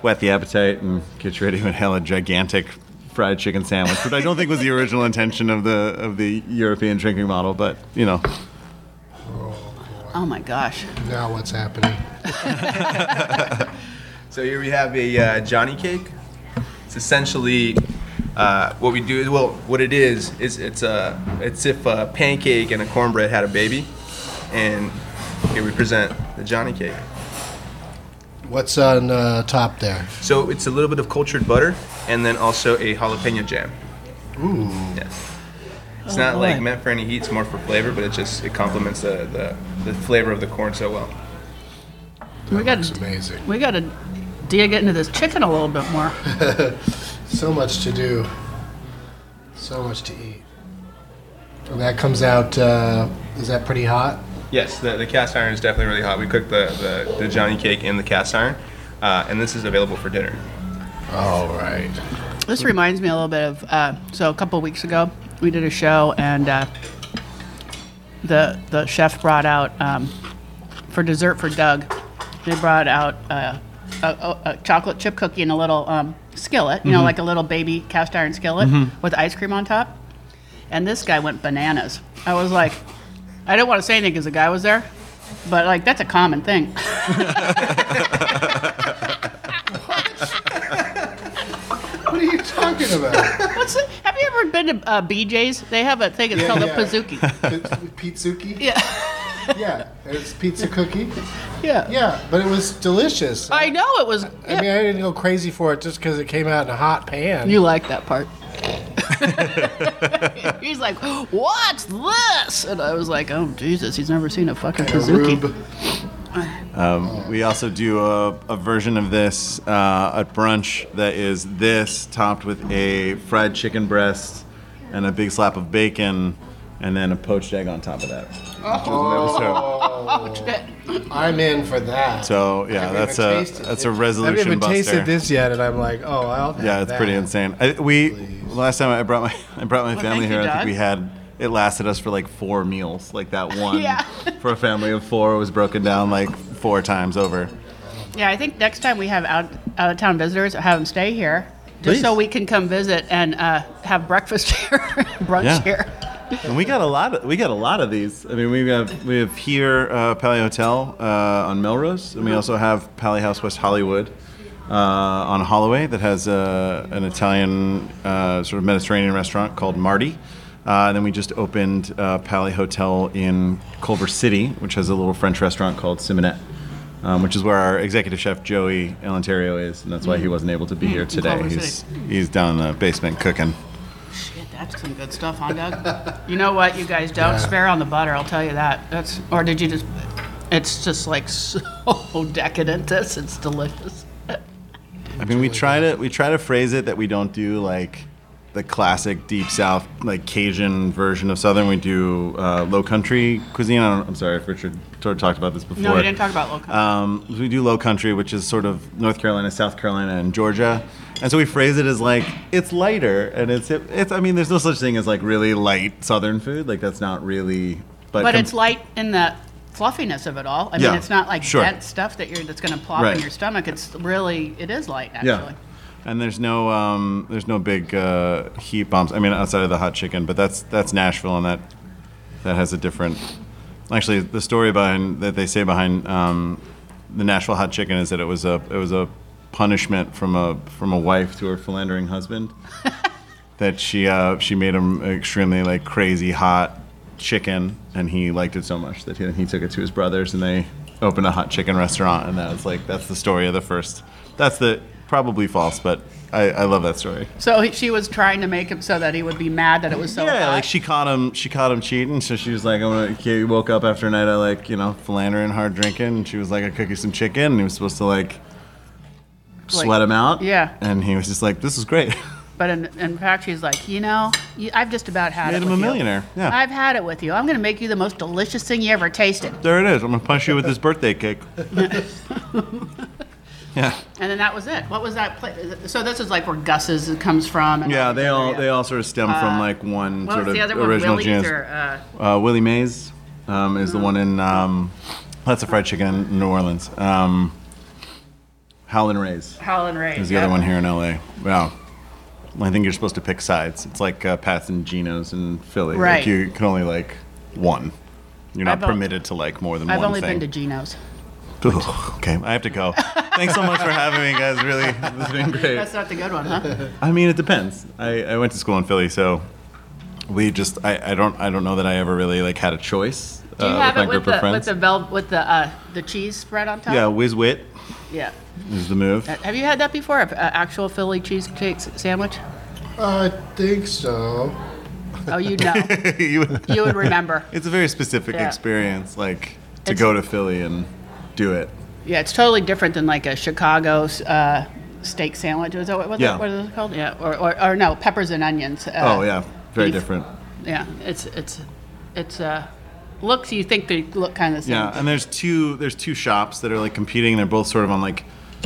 Speaker 5: whet the appetite and get you ready to inhale a gigantic fried chicken sandwich, which I don't think was the original intention of the of the European drinking model, but you know.
Speaker 3: oh my gosh.
Speaker 6: Now what's happening?
Speaker 4: So here we have a uh, Johnny cake. It's essentially uh, what we do. Well, what it is is it's a it's if a pancake and a cornbread had a baby, and here we present the Johnny cake.
Speaker 2: What's on uh, top there?
Speaker 4: So it's a little bit of cultured butter and then also a jalapeno jam. Ooh. Yes. It's not like
Speaker 3: boy.
Speaker 4: meant for any heat. It's more for flavor, but it just it complements the, the, the flavor of the corn so well.
Speaker 3: We got
Speaker 6: It's amazing.
Speaker 3: we got to dig into this chicken a little bit more.
Speaker 6: So much to do. So much to eat. And that comes out, uh, is that pretty hot?
Speaker 4: Yes, the, the cast iron is definitely really hot. We cooked the, the, the Johnny cake in the cast iron, uh, and this is available for dinner.
Speaker 6: All right.
Speaker 3: This reminds me a little bit of uh, so a couple weeks ago we did a show and uh, the the chef brought out um, for dessert for Doug. They brought out uh, a, a, a chocolate chip cookie in a little um, skillet,
Speaker 6: Mm-hmm.
Speaker 3: you know, like a little baby cast iron skillet with ice cream on top. And this guy went bananas. I was like, I didn't want to say anything because the guy was there, but like that's a common thing.
Speaker 6: What are you talking about?
Speaker 3: What's the, have you ever been to uh, BJ's? They have a thing. It's called
Speaker 6: yeah.
Speaker 3: a pizookie.
Speaker 6: Pizzuki?
Speaker 3: Yeah.
Speaker 6: Yeah. It's pizza cookie.
Speaker 3: Yeah.
Speaker 6: Yeah, but it was delicious.
Speaker 3: I know it was.
Speaker 6: I mean,
Speaker 3: Oh, yeah.
Speaker 6: I didn't go crazy for it just because it came out in a hot pan.
Speaker 3: you like that part. he's like, "What's this?" And I was like, "Oh Jesus, he's never seen a fucking
Speaker 6: Rube.
Speaker 3: Kazuki."
Speaker 5: Um, we also do a, a version of this uh, at brunch that is this topped with a fried chicken breast and a big slap of bacon and then a poached egg on top of that. Oh.
Speaker 6: I'm in for that.
Speaker 5: So
Speaker 6: I
Speaker 5: yeah,
Speaker 6: haven't
Speaker 5: that's
Speaker 6: even
Speaker 5: a
Speaker 6: tasted
Speaker 5: that's
Speaker 6: it.
Speaker 5: a
Speaker 2: I haven't
Speaker 5: resolution
Speaker 2: even
Speaker 5: buster.
Speaker 2: tasted this yet, and I'm like, oh, I'll have
Speaker 5: Yeah, it's
Speaker 2: that.
Speaker 5: pretty insane. I, we last time I brought my I brought my family
Speaker 3: thank
Speaker 5: here.
Speaker 3: you,
Speaker 5: I think
Speaker 3: Doug.
Speaker 5: we had it lasted us for like four meals. Like that one
Speaker 3: Yeah.
Speaker 5: for a family of four was broken down like four times over.
Speaker 3: Yeah, I think next time we have out out of town visitors, have them stay here, just so
Speaker 5: Please.
Speaker 3: we can come visit and uh, have breakfast here, brunch
Speaker 5: Yeah.
Speaker 3: here.
Speaker 5: And we got a lot. Of, we got a lot of these. I mean, we have we have here uh, Pally Hotel uh, on Melrose, and we also have Pally House West Hollywood uh, on Holloway that has uh, an Italian uh, sort of Mediterranean restaurant called Marty. Uh, and then we just opened uh, Pally Hotel in Culver City, which has a little French restaurant called Simonette, um, which is where our executive chef Joey Elanterio is, and that's why he wasn't able to be here today.
Speaker 3: Hmm. Culver
Speaker 5: He's
Speaker 3: City.
Speaker 5: he's down in the basement cooking.
Speaker 3: Shit, that's some good stuff, huh, Doug? you know what, you guys don't spare on the butter. I'll tell you that. That's or did you just? It's just like so decadent. This it's delicious.
Speaker 5: I mean, we try to we try to phrase it that we don't do like the classic deep south like Cajun version of Southern. We do uh, low country cuisine. I don't, I'm sorry if Richard sort of talked about this before.
Speaker 3: No, we didn't talk about local.
Speaker 5: Um, we do low country, which is sort of North Carolina, South Carolina, and Georgia, and so we phrase it as like it's lighter and it's it's. I mean, there's no such thing as like really light Southern food. Like that's not really. But,
Speaker 3: but
Speaker 5: com-
Speaker 3: it's light in the fluffiness of it all. I mean,
Speaker 5: Yeah,
Speaker 3: it's not like
Speaker 5: sure.
Speaker 3: dense stuff that you're that's going to plop
Speaker 5: Right.
Speaker 3: in your stomach. It's really it is light actually.
Speaker 5: Yeah. And there's no um, there's no big uh, heat bumps. I mean, outside of the hot chicken, but that's that's Nashville, and that that has a different. Actually, the story behind that they say behind um, the Nashville hot chicken is that it was a it was a punishment from a from a wife to her philandering husband that she uh, she made him extremely like crazy hot chicken, and he liked it so much that he, he took it to his brothers, and they opened a hot chicken restaurant, and that was like that's the story of the first. That's the probably false, but I, I love that story.
Speaker 3: So he, she was trying to make him so that he would be mad that it was so
Speaker 5: yeah,
Speaker 3: hot.
Speaker 5: like she caught him she caught him cheating, so she was like, I'm gonna he woke up after a night of like you know philandering, hard drinking, and she was like, I cook you some chicken, and he was supposed to like. Sweat him out,
Speaker 3: yeah.
Speaker 5: and he was just like, "This is great."
Speaker 3: but in, in fact, she's like, you know, you, I've just about had
Speaker 5: Made
Speaker 3: it
Speaker 5: him a
Speaker 3: with you.
Speaker 5: millionaire. Yeah,
Speaker 3: I've had it with you. I'm going to make you the most delicious thing you ever tasted.
Speaker 5: There it is. I'm gonna punch you with this birthday cake. yeah.
Speaker 3: And then that was it. What was that place? So this is like where Gus's comes from. and
Speaker 5: Yeah, they all
Speaker 3: yeah.
Speaker 5: they all sort of stem from like one
Speaker 3: Uh, What
Speaker 5: sort
Speaker 3: was
Speaker 5: of
Speaker 3: the other one?
Speaker 5: original
Speaker 3: Willie's
Speaker 5: genus.
Speaker 3: or Mm. uh,
Speaker 5: uh, Willie Mays um, is the one in um, lots of fried chicken in New Orleans. Um, Howlin' Rays
Speaker 3: Howlin' Ray.
Speaker 5: is the other one here in LA. Wow. I think you're supposed to pick sides. It's like uh, Pat's and Gino's in Philly.
Speaker 3: Right.
Speaker 5: Like you can only like one. You're not
Speaker 3: I've al-
Speaker 5: permitted to like more than
Speaker 3: I've
Speaker 5: one
Speaker 3: only
Speaker 5: thing.
Speaker 3: been to Gino's.
Speaker 5: Ugh, okay, I have to go. Thanks so much for having me, guys. Really, this has been great.
Speaker 3: That's not the good one, huh?
Speaker 5: I mean, it depends. I, I went to school in Philly, so we just I, I don't I don't know that I ever really like had a choice
Speaker 3: Do you
Speaker 5: uh,
Speaker 3: have
Speaker 5: with my
Speaker 3: it
Speaker 5: group
Speaker 3: with the,
Speaker 5: of
Speaker 3: with
Speaker 5: friends.
Speaker 3: the vel- with the uh, the cheese spread on top?
Speaker 5: yeah, whiz wit
Speaker 3: Yeah. Uh,
Speaker 5: is the move.
Speaker 3: Have you had that before? An actual Philly cheesecake s- sandwich?
Speaker 6: I think so.
Speaker 3: Oh, you know.
Speaker 5: You-
Speaker 3: you would remember.
Speaker 5: it's a very specific
Speaker 3: Yeah.
Speaker 5: experience, like to
Speaker 3: It's-
Speaker 5: go to Philly and do it.
Speaker 3: Yeah, it's totally different than like a Chicago uh, steak sandwich. Is that what, what,
Speaker 5: Yeah.
Speaker 3: what is it called? Yeah, or, or, or no, peppers and onions. Uh,
Speaker 5: oh yeah, very
Speaker 3: beef.
Speaker 5: different.
Speaker 3: Yeah, it's it's it's uh, looks. You think they look kind of the same.
Speaker 5: Yeah, and there's two there's two shops that are like competing. They're both sort of on like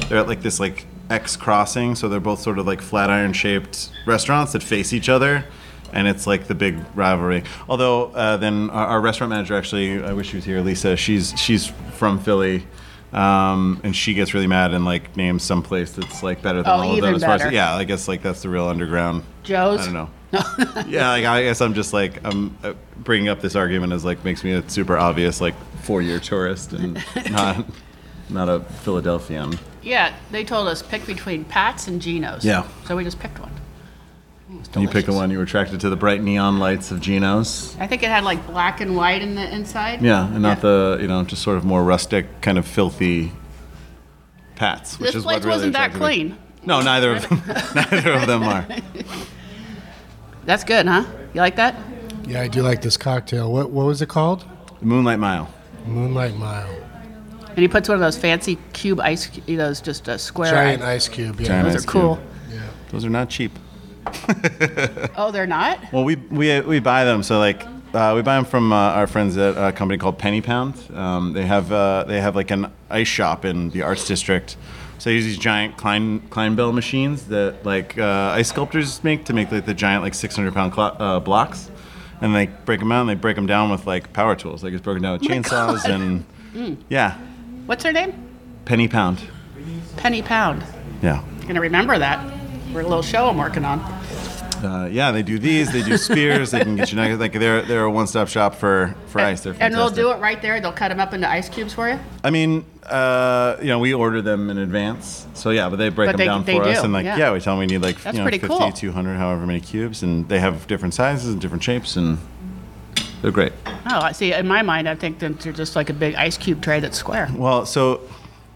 Speaker 5: they're at like this like X crossing, so they're both sort of like flatiron shaped restaurants that face each other, and it's like the big rivalry. Although uh, then our, our restaurant manager actually, I wish she was here, Lisa. She's she's from Philly. Um, and she gets really mad and like names some place that's like better than
Speaker 3: Oh,
Speaker 5: all of
Speaker 3: even
Speaker 5: them. As far as,
Speaker 3: better.
Speaker 5: yeah, I guess like that's the real underground.
Speaker 3: Joe's.
Speaker 5: I don't know
Speaker 3: No.
Speaker 5: yeah, like I guess I'm just like I'm uh, bringing up this argument as like makes me a super obvious like four-year tourist and not not a Philadelphian.
Speaker 3: yeah, they told us pick between Pat's and Geno's.
Speaker 5: Yeah.
Speaker 3: So we just picked one.
Speaker 5: You pick the one you were attracted to the bright neon lights of Geno's.
Speaker 3: I think it had like black and white in the inside.
Speaker 5: Yeah, and not the you know just sort of more rustic kind of filthy Pats, which
Speaker 3: This
Speaker 5: is
Speaker 3: place
Speaker 5: what really
Speaker 3: wasn't that
Speaker 5: attracted me.
Speaker 3: clean.
Speaker 5: No, neither of them. neither of them are.
Speaker 3: That's good, huh? You like that?
Speaker 6: Yeah, I do like this cocktail. What what was it called?
Speaker 5: Moonlight Mile.
Speaker 6: Moonlight Mile.
Speaker 3: And he puts one of those fancy cube ice, you know, those just a square.
Speaker 6: Giant
Speaker 3: ice-
Speaker 6: ice cube. Yeah.
Speaker 5: Giant
Speaker 3: Those
Speaker 5: ice
Speaker 3: are cool.
Speaker 5: Those are not cheap.
Speaker 3: Oh, they're not.
Speaker 5: Well, we we we buy them. So like uh, we buy them from uh, our friends at a company called Penny Pound. Um, they have uh, they have like an ice shop in the Arts District. So they use these giant Klein Kleinbell machines that like uh, ice sculptors make to make like the giant like 600 pound clo- uh, blocks, and they break them out and they break them down with like power tools. Like it's broken
Speaker 3: Oh
Speaker 5: down with chainsaws and
Speaker 3: Mm.
Speaker 5: yeah,
Speaker 3: What's her name?
Speaker 5: Penny Pound.
Speaker 3: Penny Pound.
Speaker 5: Yeah.
Speaker 3: Gonna remember that. We're a little show I'm working on.
Speaker 5: Uh, yeah, they do these. They do spears. they can get you nuggets. Like they're they're a one stop shop for for ice. They're
Speaker 3: And they'll
Speaker 5: fantastic.
Speaker 3: do it right there. They'll cut them up into ice cubes for you.
Speaker 5: I mean, uh, you know, we order them in advance. So yeah, but they break
Speaker 3: But
Speaker 5: them
Speaker 3: they-
Speaker 5: down
Speaker 3: they
Speaker 5: for us,
Speaker 3: do,
Speaker 5: and like
Speaker 3: yeah.
Speaker 5: yeah. we tell them we need like
Speaker 3: That's
Speaker 5: you know
Speaker 3: pretty
Speaker 5: 50,
Speaker 3: cool.
Speaker 5: 200, however many cubes, and they have different sizes and different shapes, and they're great.
Speaker 3: Oh, I see. In my mind, I think that they're just like a big ice cube tray that's square.
Speaker 5: Well, so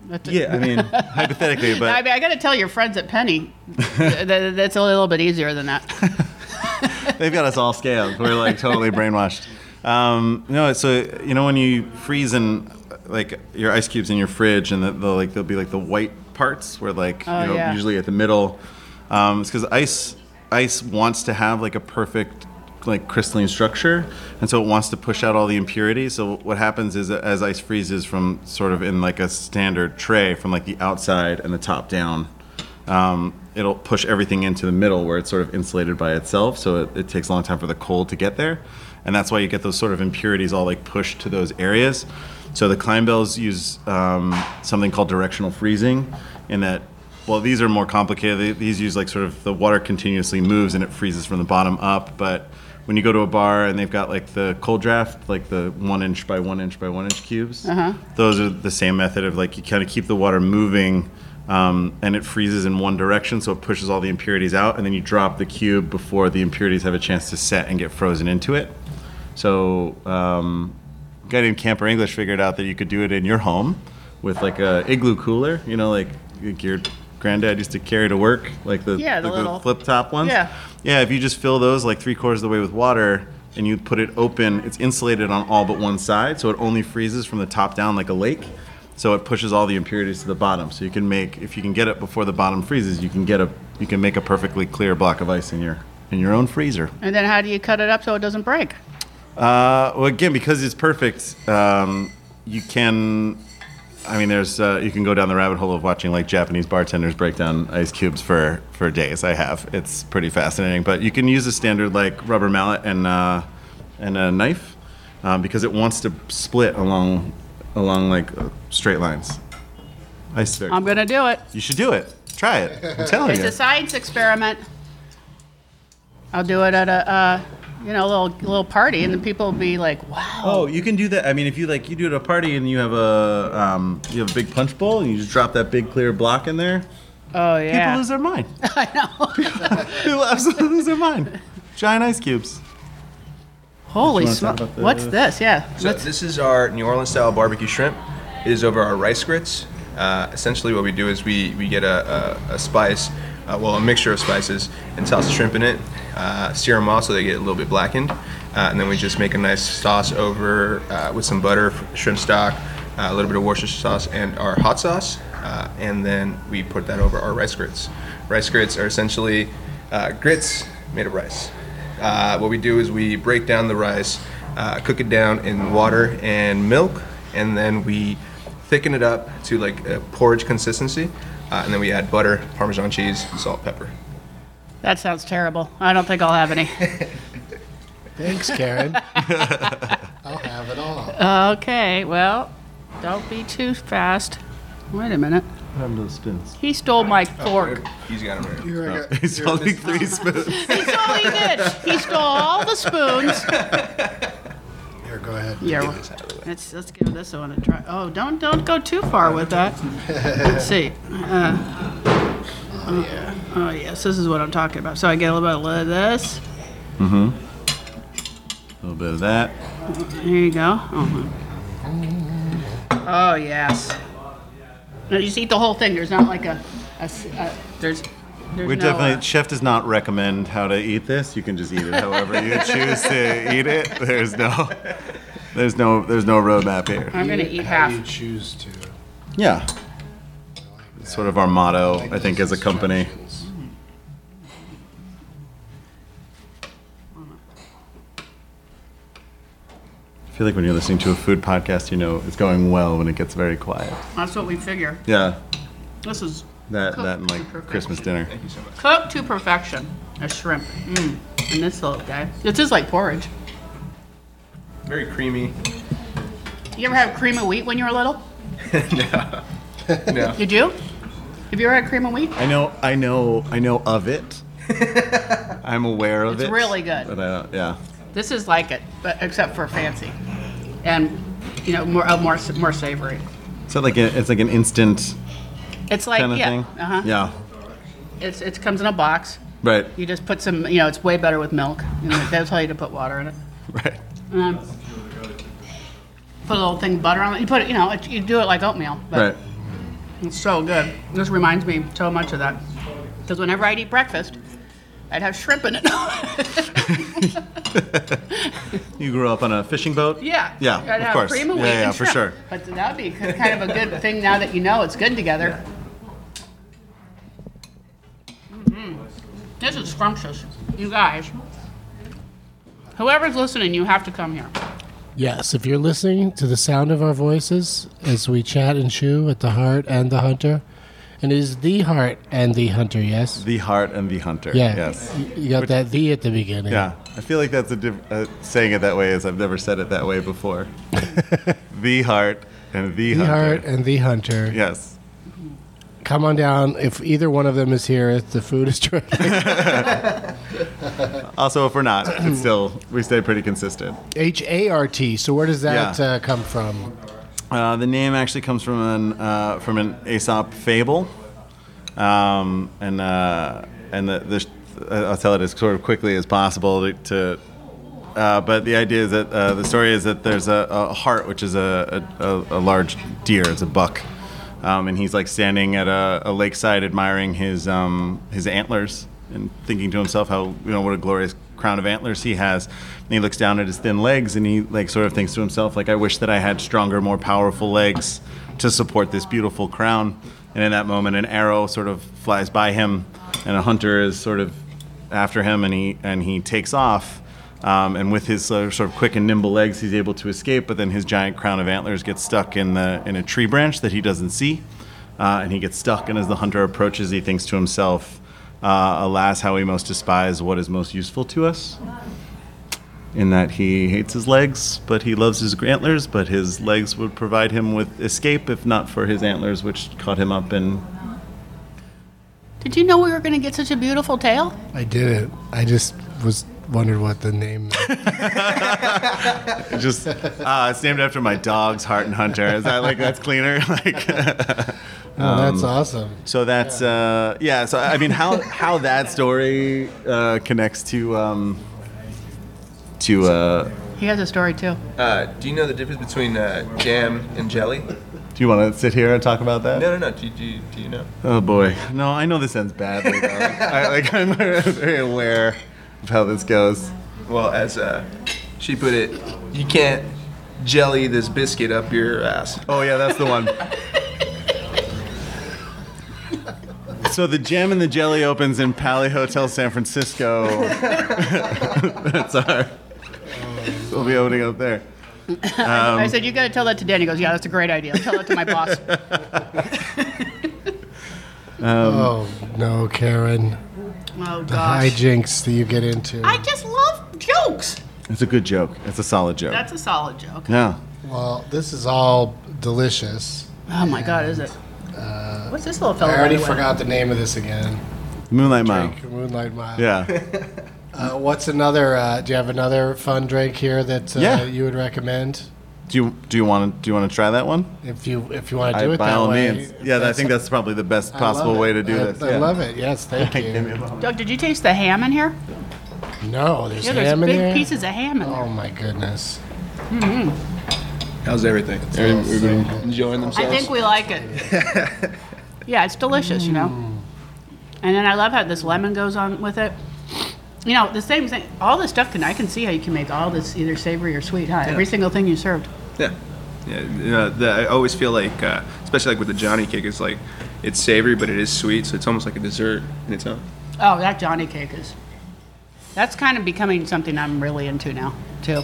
Speaker 3: That's it.
Speaker 5: yeah, I mean, hypothetically, but
Speaker 3: I mean, I got to tell your friends at Penny that that- that's a little bit easier than that.
Speaker 5: They've got us all scaled. We're like totally brainwashed. Um, no, so you know when you freeze and like your ice cubes in your fridge, and the, the like there'll be like the white parts where like
Speaker 3: Oh,
Speaker 5: you know
Speaker 3: yeah.
Speaker 5: usually at the middle. Um, it's because ice ice wants to have like a perfect like crystalline structure, and so it wants to push out all the impurities. So what happens is that as ice freezes from sort of in like a standard tray from like the outside and the top down, um, it'll push everything into the middle where it's sort of insulated by itself. So it, it takes a long time for the cold to get there. And that's why you get those sort of impurities all like pushed to those areas. So the Kleinbells use um, something called directional freezing in that, well, these are more complicated. They- These use like sort of the water continuously moves and it freezes from the bottom up. But when you go to a bar and they've got like the cold draft, like the one inch by one inch by one inch cubes, those are the same method of like you kind of keep the water moving um, and it freezes in one direction, so it pushes all the impurities out, and then you drop the cube before the impurities have a chance to set and get frozen into it. So, um, a guy named Camper English figured out that you could do it in your home with like a igloo cooler, you know, like, like your granddad used to carry to work, like the,
Speaker 3: Yeah, the
Speaker 5: like
Speaker 3: little-
Speaker 5: flip top ones.
Speaker 3: Yeah.
Speaker 5: Yeah, if you just fill those like three quarters of the way with water and you put it open, it's insulated on all but one side, so it only freezes from the top down like a lake. So it pushes all the impurities to the bottom. So you can make if you can get it before the bottom freezes, you can get a you can make a perfectly clear block of ice in your in your own freezer.
Speaker 3: And then how do you cut it up so it doesn't break?
Speaker 5: Uh, well, again, because it's perfect, um, you can. I mean, there's uh, you can go down the rabbit hole of watching like Japanese bartenders break down ice cubes for for days. I have. It's pretty fascinating. But you can use a standard like rubber mallet and uh, and a knife um, because it wants to split along along like uh, straight lines. Ice. Very
Speaker 3: I'm gonna do it.
Speaker 5: You should do it. Try it. I'm telling
Speaker 3: It's
Speaker 5: you.
Speaker 3: a science experiment. I'll do it at a, uh, you know, little little party, and the people will be like, "Wow,
Speaker 5: Oh, you can do that. I mean, if you like, you do it at a party and you have a um, you have a big punch bowl and you just drop that big clear block in there.
Speaker 3: oh yeah."
Speaker 5: People lose their mind. I know. People absolutely lose their mind. Giant ice cubes.
Speaker 3: Holy
Speaker 5: You wanna talk
Speaker 3: smokes!
Speaker 5: about the-
Speaker 3: What's this? Yeah,
Speaker 4: So this is our New Orleans style barbecue shrimp. It is over our rice grits. Uh, essentially, what we do is we, we get a, a, a spice, uh, well, a mixture of spices, and toss the shrimp in it, uh, sear them off so they get a little bit blackened, uh, and then we just make a nice sauce over uh, with some butter, shrimp stock, uh, a little bit of Worcestershire sauce, and our hot sauce, uh, and then we put that over our rice grits. Rice grits are essentially uh, grits made of rice. Uh, what we do is we break down the rice, uh, cook it down in water and milk, and then we thicken it up to like a porridge consistency, uh, and then we add butter, Parmesan cheese, salt, pepper.
Speaker 3: that sounds terrible. I don't think I'll have any.
Speaker 2: Thanks, Karen.
Speaker 6: I'll have it all.
Speaker 3: Okay, well, don't be too fast. Wait a minute.
Speaker 5: I'm those spoons.
Speaker 3: He stole my fork.
Speaker 4: He's got them right.
Speaker 6: Here I go.
Speaker 5: He's
Speaker 6: Here it
Speaker 5: holding
Speaker 6: is.
Speaker 5: three spoons.
Speaker 3: He stole, he did. He stole all the spoons.
Speaker 6: Here, go ahead.
Speaker 3: Yeah, let's, let's give this one a try. Oh, don't, don't go too far with that. Let's see. Uh, oh, yes, this is what I'm talking about. So I get a little bit of this.
Speaker 5: A little bit of that.
Speaker 3: Here you go. Uh-huh. Oh, yes. Now, you just eat the whole thing. There's not like a, a s- a- there's, there's
Speaker 5: We
Speaker 3: no,
Speaker 5: definitely
Speaker 3: uh,
Speaker 5: chef does not recommend how to eat this. You can just eat it however you choose to eat it. There's no there's no there's no roadmap here.
Speaker 3: I'm going to eat
Speaker 6: How you
Speaker 3: half.
Speaker 6: choose to.
Speaker 5: Yeah. It's sort of our motto, I think, as
Speaker 6: those
Speaker 5: a company.
Speaker 6: instructions.
Speaker 5: I feel like when you're listening to a food podcast, you know it's going well when it gets very quiet.
Speaker 3: That's what we figure.
Speaker 5: Yeah,
Speaker 3: This is
Speaker 5: that
Speaker 3: Cooked
Speaker 5: that and
Speaker 3: to
Speaker 5: like
Speaker 3: perfection.
Speaker 5: Christmas dinner.
Speaker 4: Thank you so much.
Speaker 3: cooked to perfection. A shrimp. Mm. And this little guy. This is like porridge.
Speaker 4: Very creamy.
Speaker 3: You ever have cream of wheat when you were little?
Speaker 4: No.
Speaker 3: Did you? Have you ever had cream of wheat?
Speaker 5: I know, I know, I know of it. I'm aware of
Speaker 3: It's
Speaker 5: it.
Speaker 3: really good.
Speaker 5: But I don't, yeah.
Speaker 3: This is like it, but except for fancy, and you know more uh, more more savory.
Speaker 5: So like a, it's like an instant
Speaker 3: It's like
Speaker 5: kind of
Speaker 3: yeah,
Speaker 5: thing.
Speaker 3: uh-huh.
Speaker 5: Yeah.
Speaker 3: It's it comes in a box.
Speaker 5: Right.
Speaker 3: You just put some, you know, it's way better with milk. You know, they tell you to put water in it.
Speaker 5: Right.
Speaker 3: Um, put a little thing of butter on it. You put it, you know, it, you do it like oatmeal. But
Speaker 5: Right.
Speaker 3: It's so good. This reminds me so much of that. Because whenever I'd eat breakfast, I'd have shrimp in it.
Speaker 5: You grew up on a fishing boat.
Speaker 3: yeah.
Speaker 5: Yeah.
Speaker 3: I'd
Speaker 5: of
Speaker 3: have
Speaker 5: course.
Speaker 3: cream of
Speaker 5: yeah,
Speaker 3: wheat
Speaker 5: yeah,
Speaker 3: and
Speaker 5: for sure.
Speaker 3: shrimp. But that'd be k- kind of a good thing now that you know it's good together. Mhm. This is scrumptious. You guys, whoever's listening, you have to come here.
Speaker 2: Yes, if you're listening to the sound of our voices as we chat and chew at the heart and the hunter, and it is the heart and the hunter, yes?
Speaker 5: The heart and the hunter.
Speaker 2: Yeah.
Speaker 5: Yes.
Speaker 2: Y- You got that the at the beginning.
Speaker 5: Yeah. I feel like that's a diff- uh, saying it that way is I've never said it that way before. the heart and the,
Speaker 2: The
Speaker 5: hunter.
Speaker 2: heart and the hunter.
Speaker 5: Yes.
Speaker 2: Come on down. If either one of them is here, the food is terrific.
Speaker 5: Also, if we're not, it's still we stay pretty consistent.
Speaker 2: H A R T. So where does that
Speaker 5: Yeah.
Speaker 2: uh, come from?
Speaker 5: Uh, the name actually comes from an uh, from an Aesop fable, um, and uh, and the, the uh, I'll tell it as sort of quickly as possible to. to uh, but the idea is that uh, the story is that there's a, a hart, which is a, a, a, a large deer, it's a buck, um, and he's like standing at a, a lakeside admiring his um, his antlers and thinking to himself how you know what a glorious crown of antlers he has. And he looks down at his thin legs and he like sort of thinks to himself like I wish that I had stronger, more powerful legs to support this beautiful crown. And in that moment, an arrow sort of flies by him, and a hunter is sort of after him, and he and he takes off. Um, and with his sort of- sort of quick and nimble legs, he's able to escape. But then his giant crown of antlers gets stuck in the in a tree branch that he doesn't see, uh, and he gets stuck. And as the hunter approaches, he thinks to himself, uh, "Alas, how we most despise what is most useful to us." In that he hates his legs, but he loves his antlers. But his legs would provide him with escape, if not for his antlers, which caught him up and
Speaker 3: Did you know we were going to get such a beautiful tail?
Speaker 2: I did it. I just was wondered what the name. meant.
Speaker 5: just uh, it's named after my dog's heart and hunter. Is that like that's cleaner? Like.
Speaker 2: Oh, that's
Speaker 5: Um,
Speaker 2: awesome.
Speaker 5: So that's yeah. Uh, yeah. So I mean, how how that story uh, connects to um, to uh,
Speaker 3: He has a story too.
Speaker 4: Uh, do you know the difference between uh, jam and jelly?
Speaker 5: do you want to sit here and talk about that?
Speaker 4: No, no, no. Do, you- do, you- do you know?
Speaker 5: Oh boy, no, I know this ends badly. Though. I, like I'm very aware of how this goes.
Speaker 4: Well, as uh, she put it, you can't jelly this biscuit up your ass.
Speaker 5: Oh yeah, that's the one. So the jam and the jelly opens in Pally Hotel San Francisco. that's our. We'll be opening up there. Um,
Speaker 3: I said, You got to tell that to Dan. He goes, Yeah, that's a great idea. Tell that to my boss.
Speaker 2: oh no, Karen!
Speaker 3: Oh,
Speaker 2: The
Speaker 3: gosh.
Speaker 2: hijinks that you get into.
Speaker 3: I just love jokes.
Speaker 5: It's a good joke. It's a solid joke.
Speaker 3: That's a solid joke.
Speaker 5: yeah.
Speaker 2: well, this is all delicious.
Speaker 3: Oh, my God, is it? What's this little fellow?
Speaker 2: Uh, I
Speaker 3: by
Speaker 2: already
Speaker 3: the way?
Speaker 2: forgot the name of this again.
Speaker 5: Moonlight Mile.
Speaker 2: Moonlight Mile.
Speaker 5: Yeah.
Speaker 2: Uh, what's another? Uh, do you have another fun drink here that uh,
Speaker 5: Yeah.
Speaker 2: you would recommend?
Speaker 5: Do you do you want to do you want to try that one?
Speaker 2: If you if you want to
Speaker 5: I-
Speaker 2: do it
Speaker 5: by
Speaker 2: that
Speaker 5: all
Speaker 2: way.
Speaker 5: means. Yeah, I think that's probably the best
Speaker 2: I love
Speaker 5: possible way
Speaker 2: it.
Speaker 5: to do
Speaker 2: I,
Speaker 5: this.
Speaker 2: I
Speaker 5: yeah.
Speaker 2: love it. Yes, thank you.
Speaker 3: Doug, did you taste the ham in here?
Speaker 2: No, there's
Speaker 3: Yeah, there's
Speaker 2: ham in
Speaker 3: big
Speaker 2: there.
Speaker 3: pieces of ham in there.
Speaker 2: Oh my goodness.
Speaker 4: How's everything? Everybody enjoying
Speaker 3: I
Speaker 4: themselves?
Speaker 3: think we like it. yeah, it's delicious, you know.
Speaker 2: Mm.
Speaker 3: And then I love how this lemon goes on with it. You know, the same thing. All this stuff can I can see how you can make all this either savory or sweet, huh? Every single thing you served.
Speaker 4: Yeah, yeah. you know, the, I always feel like, uh, especially like with the Johnny cake, it's like it's savory, but it is sweet, so it's almost like a dessert in its own.
Speaker 3: Oh, that Johnny cake is. That's kind of becoming something I'm really into now too,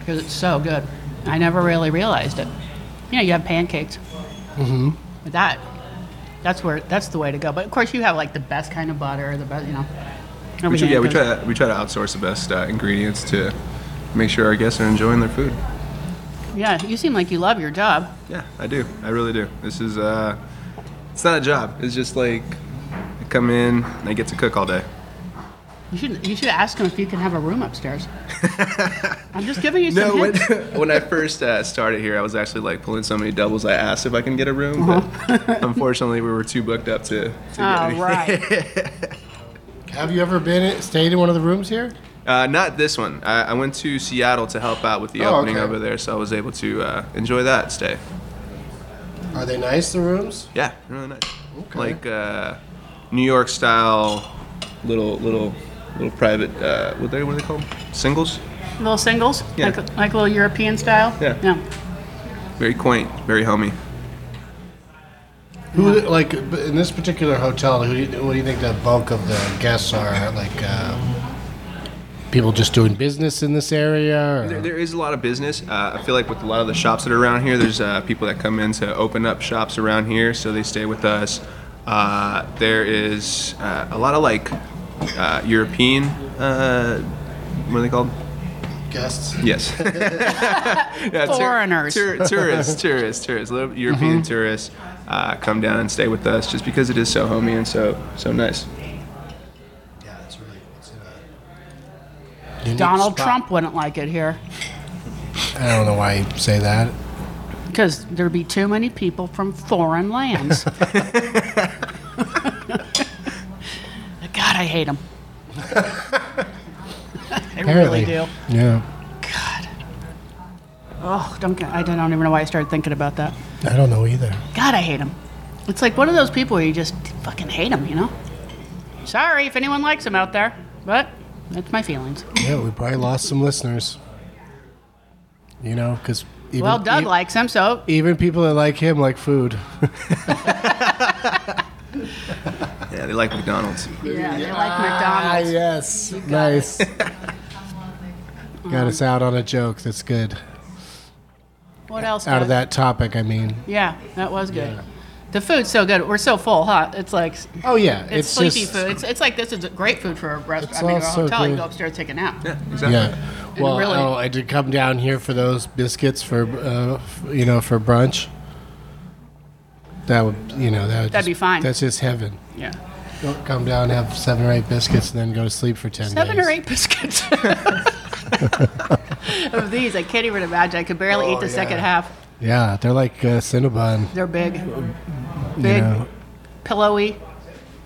Speaker 3: because it's so good. I never really realized it. You know, you have pancakes. Mm-hmm. But that, that's where that's the way to go. But of course, you have like the best kind of butter, the best, you know.
Speaker 4: We
Speaker 3: everything
Speaker 4: tr- yeah, we
Speaker 3: goes-
Speaker 4: try to we try to outsource the best uh, ingredients to make sure our guests are enjoying their food.
Speaker 3: Yeah, you seem like you love your job.
Speaker 4: Yeah, I do. I really do. This is uh, it's not a job. It's just like I come in and I get to cook all day.
Speaker 3: You should you should ask him if you can have a room upstairs. I'm just giving you some
Speaker 4: No, when,
Speaker 3: hints.
Speaker 4: when I first uh, started here, I was actually like pulling so many doubles. I asked if I can get a room, but unfortunately, we were too booked up to. to get
Speaker 3: Uh-huh. Oh,
Speaker 4: any-
Speaker 3: right.
Speaker 2: Have you ever been in- stayed in one of the rooms here?
Speaker 4: Uh, not this one. I, I went to Seattle to help out with the
Speaker 2: Oh,
Speaker 4: opening
Speaker 2: okay.
Speaker 4: over there, so I was able to uh, enjoy that stay.
Speaker 2: Are they nice? The rooms?
Speaker 4: Yeah, really nice. Like uh, New York style, little little little private. Uh, what they what are they called? Singles.
Speaker 3: little singles,
Speaker 4: Yeah.
Speaker 3: like like little European style.
Speaker 4: Yeah.
Speaker 3: No.
Speaker 4: Very quaint, very homey.
Speaker 6: Who like b- in this particular hotel? Who do you, what do you think the bulk of the guests are? Like uh,
Speaker 2: People just doing business in this area? or-
Speaker 4: There, there is a lot of business. Uh, I feel like with a lot of the shops that are around here, there's uh, people that come in to open up shops around here, so they stay with us. Uh, there is uh, a lot of like uh, European, uh, what are they called?
Speaker 6: guests.
Speaker 4: Yes. Yeah, tur-
Speaker 3: Foreigners. Mm-hmm.
Speaker 4: tur- tourists, tourists, tourists. Little European tourists uh, come down and stay with us just because it is so homey and so so nice.
Speaker 6: Yeah, that's really. It's in a,
Speaker 2: Unique
Speaker 3: Donald
Speaker 2: spot.
Speaker 3: Trump wouldn't like it here
Speaker 6: I don't know why you say that.
Speaker 3: because there'd be too many people from foreign lands. God, I hate him. I
Speaker 2: Apparently.
Speaker 3: really do.
Speaker 2: Yeah.
Speaker 3: Oh, don't get, I don't even know why I started thinking about that.
Speaker 2: I don't know either.
Speaker 3: God, I hate him. It's like one of those people where you just fucking hate him, you know? Sorry if anyone likes him out there, but that's my feelings.
Speaker 2: Yeah, we probably lost some listeners. You know, because even,
Speaker 3: Well, Doug
Speaker 2: e-
Speaker 3: likes him, so
Speaker 2: even people that like him like food.
Speaker 4: Yeah, they like McDonald's.
Speaker 3: yeah, they like
Speaker 2: Ah,
Speaker 3: McDonald's.
Speaker 2: yes. Nice. Got us out on a joke. That's good.
Speaker 3: What else?
Speaker 2: Out
Speaker 3: Doug?
Speaker 2: of that topic, I mean.
Speaker 3: Yeah, that was good. The food's so good. We're so full, huh? It's like it's,
Speaker 2: Oh yeah, it's,
Speaker 3: sleepy
Speaker 2: just,
Speaker 3: food. It's, it's like this is great food for a
Speaker 2: It's
Speaker 3: restaurant. I mean, a
Speaker 2: also
Speaker 3: hotel. You
Speaker 2: good.
Speaker 3: go upstairs, take a nap.
Speaker 4: Yeah, exactly.
Speaker 2: Yeah. Well,
Speaker 3: really-
Speaker 2: oh, I did come down here for those biscuits for uh, f- you know for brunch. That would you know that would just-
Speaker 3: That'd be fine.
Speaker 2: That's just heaven.
Speaker 3: Yeah,
Speaker 2: Don't come down, have seven or eight biscuits, and then go to sleep for ten.
Speaker 3: seven
Speaker 2: days.
Speaker 3: or eight biscuits of these. I can't even imagine. I could barely
Speaker 2: Oh,
Speaker 3: eat the second half.
Speaker 2: Yeah, they're like uh, Cinnabon.
Speaker 3: They're big,
Speaker 2: You
Speaker 3: big,
Speaker 2: know,
Speaker 3: pillowy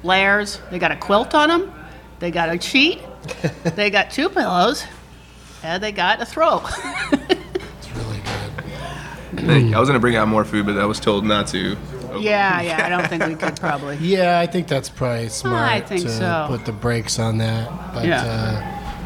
Speaker 3: layers. They got a quilt on them. They got a sheet. they got two pillows, and they got a throw.
Speaker 6: It's really good.
Speaker 4: Thank you. I was gonna bring out more food, but I was told not to.
Speaker 3: yeah, yeah. I don't think we could probably.
Speaker 2: yeah, I think that's probably smart
Speaker 3: think
Speaker 2: to
Speaker 3: so.
Speaker 2: put the brakes on that. But
Speaker 3: Yeah.
Speaker 2: uh,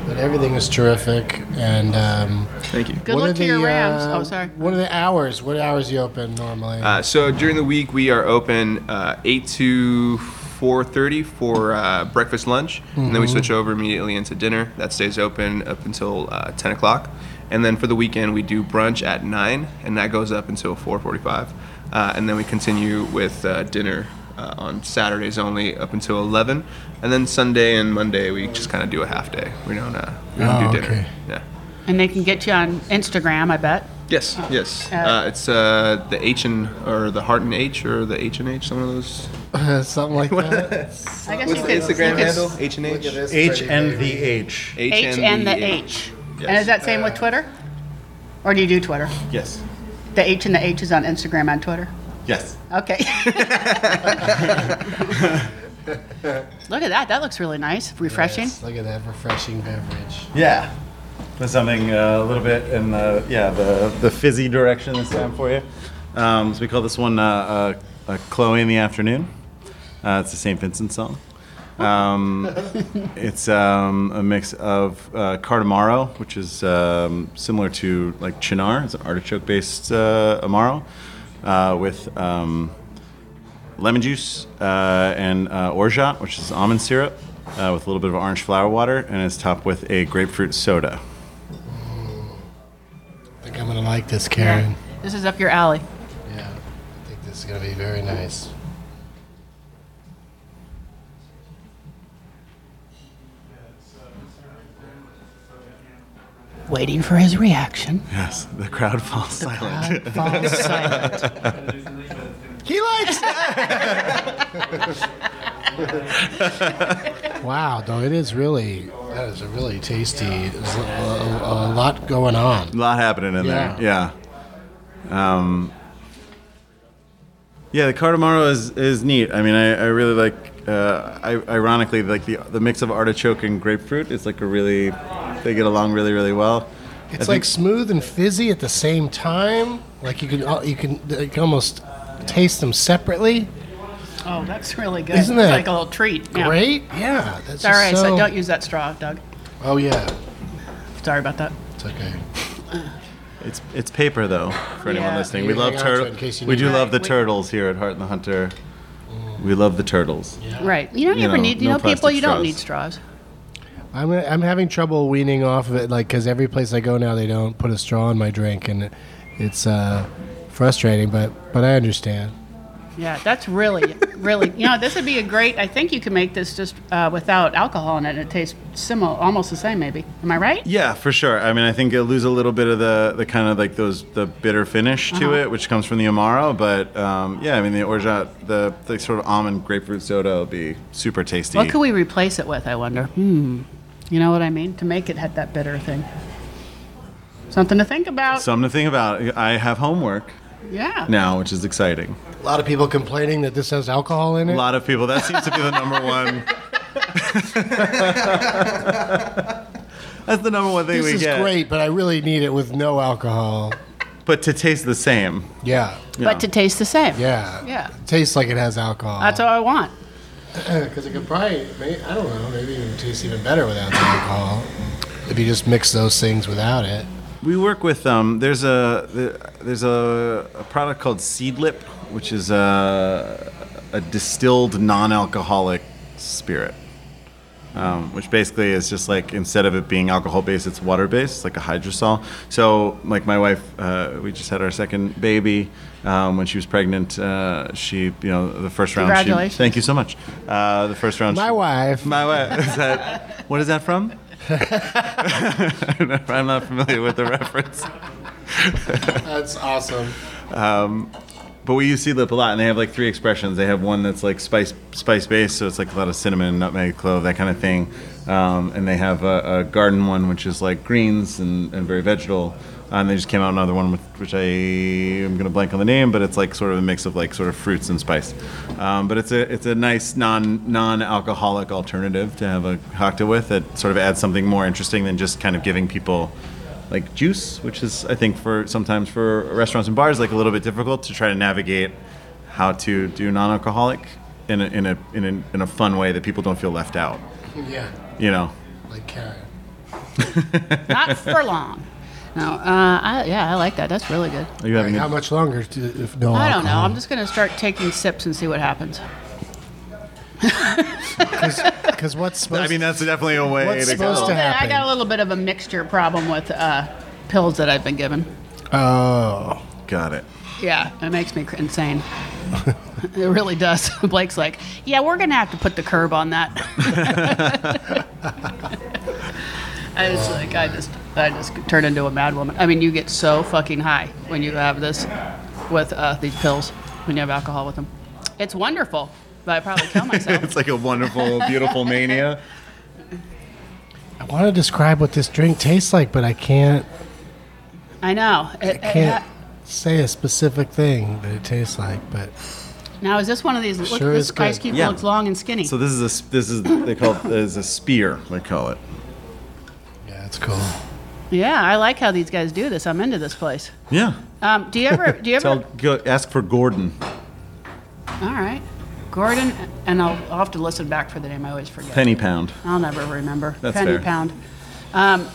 Speaker 2: but everything was terrific, and um,
Speaker 4: Thank you.
Speaker 3: Good
Speaker 2: what
Speaker 3: luck
Speaker 2: are
Speaker 3: to
Speaker 2: the,
Speaker 3: your Rams.
Speaker 2: uh,
Speaker 3: oh, sorry.
Speaker 2: What are the hours? What hours you open normally?
Speaker 4: Uh, so during the week, we are open uh, eight to four thirty for uh, breakfast, lunch, and then we switch over immediately into dinner. That stays open up until uh, ten o'clock, and then for the weekend we do brunch at nine, and that goes up until four forty-five, uh, and then we continue with uh, dinner. Uh, on Saturdays only up until 11, and then Sunday and Monday we just kind of do a half day. We don't, uh, we don't
Speaker 2: Oh,
Speaker 4: do dinner.
Speaker 2: okay.
Speaker 4: Yeah.
Speaker 3: And they can get you on Instagram, I bet.
Speaker 4: Yes. Yes.
Speaker 3: Uh,
Speaker 4: Uh, it's uh, the H and or the Heart and H or the H and H. Some of those
Speaker 5: Uh,
Speaker 2: Something like that.
Speaker 3: I guess
Speaker 4: What's
Speaker 3: you
Speaker 4: the
Speaker 3: could- you
Speaker 4: Instagram
Speaker 3: could-
Speaker 4: handle? H and H.
Speaker 5: H and the H.
Speaker 3: H and the H. And is that same with Twitter? Or do you do Twitter?
Speaker 5: Yes.
Speaker 3: The H and the H is on Instagram and Twitter.
Speaker 5: Yes.
Speaker 3: Okay. Look at that. That looks really nice. Refreshing.
Speaker 2: Yes, look at that refreshing beverage.
Speaker 5: Yeah. There's something uh, a little bit in the yeah the, the fizzy direction this time for you. Um, so we call this one uh, uh, uh, Chloe in the afternoon. Uh, it's a St. Vincent song. Um, it's um, a mix of uh, cardamaro, which is um, similar to like chinar. It's an artichoke-based uh, amaro uh, with um, lemon juice uh, and uh, orgeat, which is almond syrup, uh, with a little bit of orange flower water, and it's topped with a grapefruit soda.
Speaker 2: I think I'm gonna like this, Karen.
Speaker 3: This is up your alley.
Speaker 2: Yeah. I think this is gonna be very nice.
Speaker 3: Waiting for his reaction.
Speaker 5: Yes, the crowd falls silent.
Speaker 3: Falls silent.
Speaker 2: He likes that. Wow, though it is really that is a really tasty. There's a, a- a lot going on.
Speaker 5: A lot happening in there. Yeah. Um, yeah, the Cardamaro is, is neat. I mean, I, I really like, uh, I, ironically, like the, the mix of artichoke and grapefruit is like a really, they get along really, really well.
Speaker 2: It's
Speaker 5: I
Speaker 2: like
Speaker 5: think-
Speaker 2: smooth and fizzy at the same time. Like you can al- you can, you can almost taste them separately.
Speaker 3: Oh, that's really good.
Speaker 2: Isn't
Speaker 3: it's
Speaker 2: that
Speaker 3: like a little treat. Yeah.
Speaker 2: Great. Yeah. That's
Speaker 3: Sorry, I
Speaker 2: just
Speaker 3: said
Speaker 2: so-
Speaker 3: don't use that straw, Doug.
Speaker 2: Oh yeah.
Speaker 3: Sorry about that.
Speaker 2: It's okay.
Speaker 5: It's it's paper though for anyone
Speaker 3: Yeah.
Speaker 5: listening.
Speaker 2: You
Speaker 5: We
Speaker 2: hang
Speaker 5: love
Speaker 2: on to it in
Speaker 5: turtles.
Speaker 2: case you
Speaker 5: We
Speaker 2: need Mm.
Speaker 5: do
Speaker 2: it.
Speaker 5: love the
Speaker 3: Right, we-
Speaker 5: turtles here at Heart and the Hunter. We love the turtles.
Speaker 3: Right. You don't
Speaker 5: You
Speaker 3: ever
Speaker 5: know,
Speaker 3: need, you
Speaker 5: no
Speaker 3: know, people,
Speaker 5: plastic
Speaker 3: you don't
Speaker 5: straws.
Speaker 3: need straws.
Speaker 2: I'm I'm having trouble weaning off of it, like because every place I go now they don't put a straw in my drink, and it's uh, frustrating. But but I understand.
Speaker 3: Yeah, that's really, really, you know, this would be a great, I think you can make this just uh, without alcohol in it. and It tastes similar, almost the same, maybe. Am I right?
Speaker 5: Yeah, for sure. I mean, I think it'll lose a little bit of the, the kind of like those the bitter finish
Speaker 3: Uh-huh.
Speaker 5: to it, which comes from the amaro. But um, yeah, I mean the orgeat, the, the sort of almond grapefruit soda will be super tasty.
Speaker 3: What could we replace it with, I wonder? Hmm. You know what I mean? To make it have that bitter thing. Something to think about.
Speaker 5: Something to think about. I have homework
Speaker 3: yeah.
Speaker 5: now, which is exciting.
Speaker 2: A lot of people complaining that this has alcohol in it.
Speaker 5: A lot of people. That seems to be the number one. That's the number one thing
Speaker 2: this
Speaker 5: we
Speaker 2: is
Speaker 5: get.
Speaker 2: great, but I really need it with no alcohol.
Speaker 5: But to taste the same.
Speaker 2: Yeah.
Speaker 3: But to taste the same.
Speaker 2: Yeah.
Speaker 3: Yeah.
Speaker 2: It tastes like it has alcohol.
Speaker 3: That's all I want.
Speaker 2: Because it could probably, may- I don't know, maybe it would taste even better without the alcohol. If you just mix those things without it.
Speaker 5: We work with um, there's a the- there's a, a product called Seedlip, which is a, a distilled non-alcoholic spirit, um, which basically is just like instead of it being alcohol-based, it's water-based, like a hydrosol. So like my wife, uh, we just had our second baby. Um, when she was pregnant, uh, she you know the first round. she-
Speaker 3: Congratulations.
Speaker 5: thank you so much. Uh, the first round.
Speaker 2: My
Speaker 5: she-
Speaker 2: wife.
Speaker 5: my wife. Is that, what is that from? I'm not familiar with the reference.
Speaker 2: That's awesome.
Speaker 5: But we use sea lip a lot, and they have like three expressions. They have one that's like spice spice based, so it's like a lot of cinnamon, nutmeg, clove, that kind of thing. Um, and they have a, a garden one, which is like greens and, and very vegetal. And they just came out another one, with, which I am gonna blank on the name, but it's like sort of a mix of like sort of fruits and spice. Um, but it's a it's a nice non non alcoholic alternative to have a cocktail with that sort of adds something more interesting than just kind of giving people like juice, which is I think for sometimes for restaurants and bars like a little bit difficult to try to navigate how to do non-alcoholic in a, in a in a, in a fun way that people don't feel left out.
Speaker 2: Yeah.
Speaker 5: You know,
Speaker 2: Like Karen.
Speaker 3: Not for long. No, uh, I, yeah, I like that. That's really good.
Speaker 5: are you having?
Speaker 2: How
Speaker 5: A,
Speaker 2: much longer to, if no
Speaker 3: I don't know.
Speaker 2: alcohol?
Speaker 3: I'm just going to start taking sips and see what happens.
Speaker 2: Because what's supposed
Speaker 5: I mean, that's definitely a way
Speaker 2: What's
Speaker 5: to
Speaker 2: supposed
Speaker 5: go.
Speaker 2: to
Speaker 3: Yeah, I
Speaker 2: happen?
Speaker 3: got a little bit of a mixture problem with uh, pills that I've been given.
Speaker 2: Oh.
Speaker 5: Got it.
Speaker 3: Yeah, it makes me cr- insane. it really does. Blake's like, yeah, we're gonna have to put the curb on that. I was like, I just, I just turn into a mad woman. I mean, you get so fucking high when you have this with uh, these pills when you have alcohol with them. It's wonderful, but I probably kill myself.
Speaker 5: It's like a wonderful, beautiful mania.
Speaker 2: I want to describe what this drink tastes like, but I can't.
Speaker 3: I know. It-
Speaker 2: I
Speaker 3: it-
Speaker 2: can't say a specific thing that it tastes like, but
Speaker 3: now, is this one of these? Look,
Speaker 2: Sure
Speaker 3: this
Speaker 2: is good.
Speaker 3: ice cube
Speaker 5: Yeah.
Speaker 3: looks long and skinny.
Speaker 5: So this is a s- this is they call it is a spear. They call it.
Speaker 2: yeah, it's cool.
Speaker 3: yeah, I like how these guys do this. I'm into this place.
Speaker 5: Yeah.
Speaker 3: Um, do you ever? Do you ever?
Speaker 5: Tell go, ask for Gordon.
Speaker 3: All right. Gordon, and I'll, I'll have to listen back for the name. I always forget.
Speaker 5: Penny pound.
Speaker 3: I'll never remember.
Speaker 5: That's
Speaker 3: penny
Speaker 5: fair.
Speaker 3: pound. Um,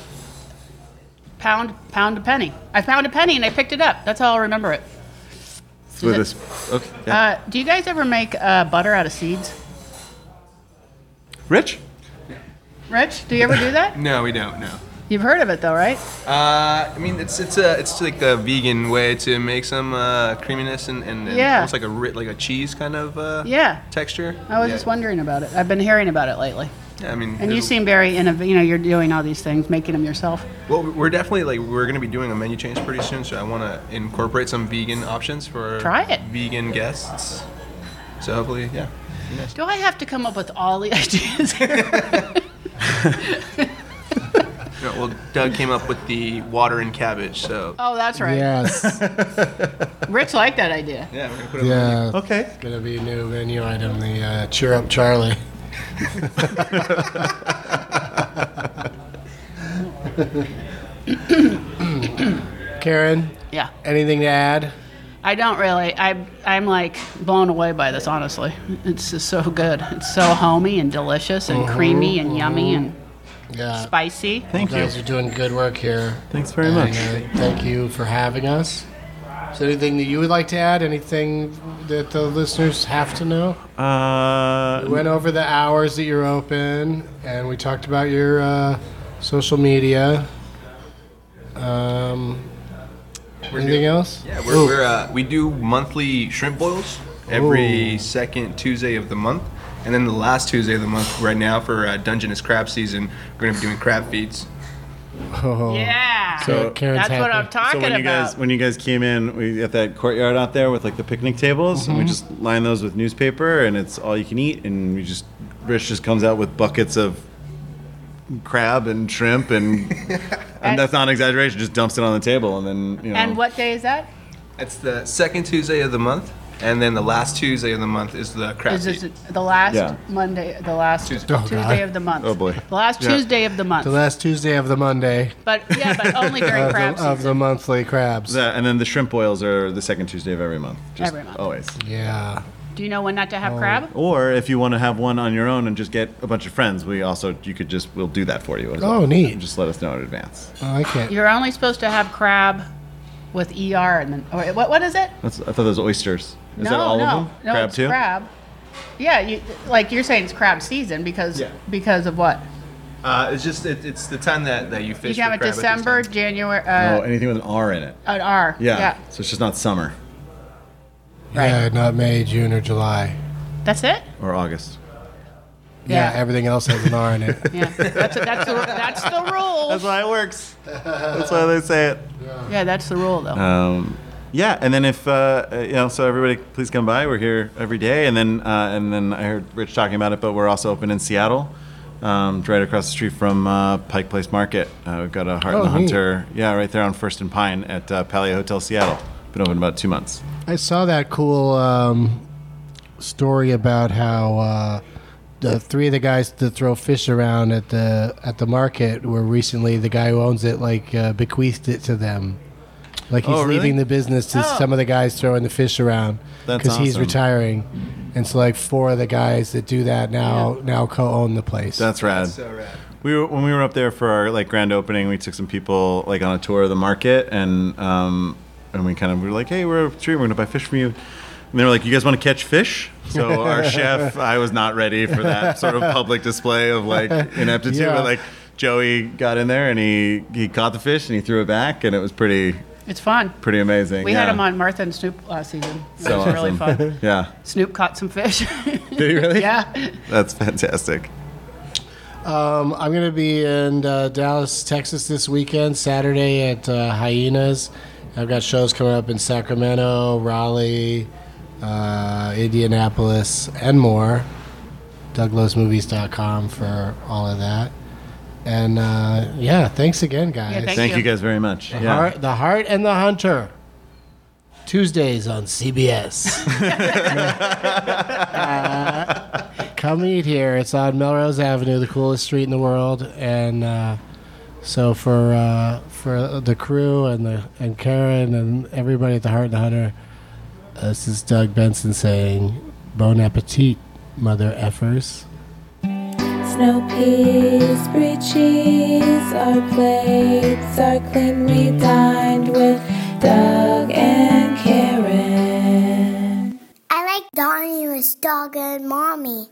Speaker 3: pound, pound a penny. I found a penny and I picked it up. That's how I'll remember it.
Speaker 5: With
Speaker 3: it-
Speaker 5: this. Okay. yeah.
Speaker 3: Uh, do you guys ever make uh, butter out of seeds?
Speaker 5: Rich.
Speaker 3: Rich, do you ever do that?
Speaker 4: No, we don't. No.
Speaker 3: You've heard of it though, right?
Speaker 4: Uh, I mean, it's it's a it's like the vegan way to make some uh, creaminess and, and, and
Speaker 3: Yeah.
Speaker 4: almost like a ri- like a cheese kind of uh,
Speaker 3: Yeah.
Speaker 4: texture.
Speaker 3: I was
Speaker 4: Yeah.
Speaker 3: just wondering about it. I've been hearing about it lately.
Speaker 4: Yeah, I mean,
Speaker 3: And you
Speaker 4: there's-
Speaker 3: seem very innovative. You know, you're doing all these things, making them yourself.
Speaker 4: Well, we're definitely like we're gonna be doing a menu change pretty soon, so I want to incorporate some vegan options for
Speaker 3: Try it.
Speaker 4: vegan guests. So hopefully, yeah.
Speaker 3: Do I have to come up with all the ideas?
Speaker 4: Yeah, well, Doug came up with the water and cabbage, so
Speaker 3: oh, that's right.
Speaker 7: Yes.
Speaker 3: Rich liked that idea.
Speaker 4: yeah, we're gonna put it on.
Speaker 7: yeah.
Speaker 5: Okay.
Speaker 2: Uh, Gonna be a new menu item, the uh, Cheer Up Charlie.
Speaker 7: Karen,
Speaker 3: Yeah.
Speaker 7: anything to add?
Speaker 3: I don't really. I I'm like blown away by this. Honestly, it's just so good. It's so homey and delicious and
Speaker 5: Mm-hmm.
Speaker 3: creamy and yummy and
Speaker 2: Yeah.
Speaker 3: spicy.
Speaker 5: Thank
Speaker 2: You
Speaker 5: you.
Speaker 2: guys are doing good work here.
Speaker 5: Thanks very much.
Speaker 2: And, uh, thank you for having us. Is there anything that you would like to add? Anything that the listeners have to know? We
Speaker 5: Uh,
Speaker 2: went over the hours that you're open, and we talked about your uh, social media. Um, anything else?
Speaker 4: Yeah, we're, we're uh, we do monthly shrimp boils every second Tuesday of the month, and then the last Tuesday of the month. Right now for uh, Dungeness crab season, we're gonna be doing crab feeds.
Speaker 7: Oh.
Speaker 3: Yeah.
Speaker 7: So- Karen's
Speaker 3: that's what
Speaker 7: happy.
Speaker 3: I'm talking
Speaker 5: so when
Speaker 3: about.
Speaker 5: you guys when you guys came in, we at that courtyard out there with like the picnic tables, and
Speaker 3: Mm-hmm.
Speaker 5: we just line those with newspaper, and it's all you can eat, and we just Rich just comes out with buckets of crab and shrimp, and and that's not an exaggeration. Just dumps it on the table, and then you know.
Speaker 3: and what day is that?
Speaker 4: It's the second Tuesday of the month, and then the last Tuesday of the month is the crab
Speaker 3: Is this
Speaker 4: feed.
Speaker 3: the last
Speaker 5: Yeah.
Speaker 3: Monday? The last
Speaker 4: Tuesday.
Speaker 3: Tuesday,
Speaker 4: Oh,
Speaker 2: God.
Speaker 3: of the month.
Speaker 5: Oh, boy.
Speaker 3: The last Tuesday of the month.
Speaker 2: The last Tuesday of the Monday
Speaker 3: but yeah, but only during
Speaker 2: of the,
Speaker 3: crab
Speaker 2: of
Speaker 3: season.
Speaker 2: the monthly crabs.
Speaker 5: Yeah, and then the shrimp boils are the second Tuesday of every month. Just
Speaker 3: Every month.
Speaker 5: Always.
Speaker 2: Yeah.
Speaker 3: Do you know when not to
Speaker 2: Oh.
Speaker 3: have crab?
Speaker 5: Or if you want to have one on your own and just get a bunch of friends, we also you could just we'll do that for you. As
Speaker 2: Oh,
Speaker 5: well.
Speaker 2: neat.
Speaker 5: Just let us know in advance.
Speaker 2: Oh, I can't.
Speaker 3: You're only supposed to have crab with ER and then or what? What is it?
Speaker 5: That's, I thought those oysters. Is
Speaker 3: no,
Speaker 5: that all
Speaker 3: no,
Speaker 5: of them?
Speaker 3: no,
Speaker 5: crab
Speaker 3: it's
Speaker 5: too.
Speaker 3: crab. Yeah, you, like you're saying, it's crab season because
Speaker 4: Yeah.
Speaker 3: because of what?
Speaker 4: Uh, it's just it, it's the time that, that you
Speaker 3: You
Speaker 4: fish.
Speaker 3: can
Speaker 4: for
Speaker 3: have it
Speaker 4: crab at this
Speaker 3: December,
Speaker 4: time.
Speaker 3: January,
Speaker 5: Oh,
Speaker 3: uh,
Speaker 5: anything with an R in it.
Speaker 3: an R.
Speaker 5: Yeah. So it's just not summer
Speaker 2: Yeah, not May, June, or July.
Speaker 3: that's it.
Speaker 5: or August.
Speaker 2: Yeah,
Speaker 3: Yeah.
Speaker 2: everything else has an R in it.
Speaker 3: Yeah, that's that's the, that's the rule.
Speaker 5: why it works. That's why they say it.
Speaker 3: Yeah, that's the rule though.
Speaker 5: Um, yeah, and then if uh, uh, you know, so everybody, please come by. We're here every day, and then uh, and then I heard Rich talking about it, but we're also open in Seattle, um, right across the street from uh, Pike Place Market. Uh, we've got a Heart and
Speaker 2: Oh,
Speaker 5: the
Speaker 2: neat.
Speaker 5: Hunter, yeah, right there on First and Pine at uh, Palio Hotel Seattle. Been open about two months.
Speaker 2: I saw that cool um, story about how uh, the three of the guys that throw fish around at the at the market were recently the guy who owns it like uh, bequeathed it to them. Like he's
Speaker 5: Oh, really?
Speaker 2: leaving the business to
Speaker 3: Oh.
Speaker 2: some of the guys throwing the fish around
Speaker 5: That's
Speaker 2: because he's
Speaker 5: awesome.
Speaker 2: retiring, and so like four of the guys that do that now now co-own the place.
Speaker 5: That's rad.
Speaker 2: uh,
Speaker 4: So rad.
Speaker 5: We were, when we were up there for our like grand opening, we took some people like on a tour of the market, and um, and we kind of we were like, hey, we're up the street, we're gonna buy fish from you, and they were like, you guys want to catch fish? So our chef, I was not ready for that sort of public display of like ineptitude,
Speaker 2: Yeah.
Speaker 5: but like Joey got in there and he he caught the fish and he threw it back, and it was pretty
Speaker 3: It's fun.
Speaker 5: pretty amazing.
Speaker 3: We had
Speaker 5: yeah.
Speaker 3: him on Martha and Snoop last season. It
Speaker 5: So
Speaker 3: was really
Speaker 5: awesome.
Speaker 3: fun.
Speaker 5: Yeah,
Speaker 3: Snoop caught some fish.
Speaker 5: did he really?
Speaker 3: yeah.
Speaker 5: that's fantastic.
Speaker 2: Um, I'm going to be in uh, Dallas, Texas this weekend, Saturday at uh, Hyenas. I've got shows coming up in Sacramento, Raleigh, uh, Indianapolis, and more. DouglasMovies.com for all of that. And uh, yeah, thanks again, guys.
Speaker 3: thank
Speaker 5: Thank
Speaker 3: you.
Speaker 5: you guys very much.
Speaker 2: The Heart, the Heart and the Hunter. Tuesdays on CBS. Uh, come eat here. It's on Melrose Avenue, the coolest street in the world. And uh, so for uh, for the crew and the and Karen and everybody at the Heart and the Hunter, this is Doug Benson saying, "Bon appetit, mother effers."
Speaker 1: Snow peas, brie cheese, our plates are clean. We dined with Doug and Karen.
Speaker 8: I like Donnie was dog and mommy.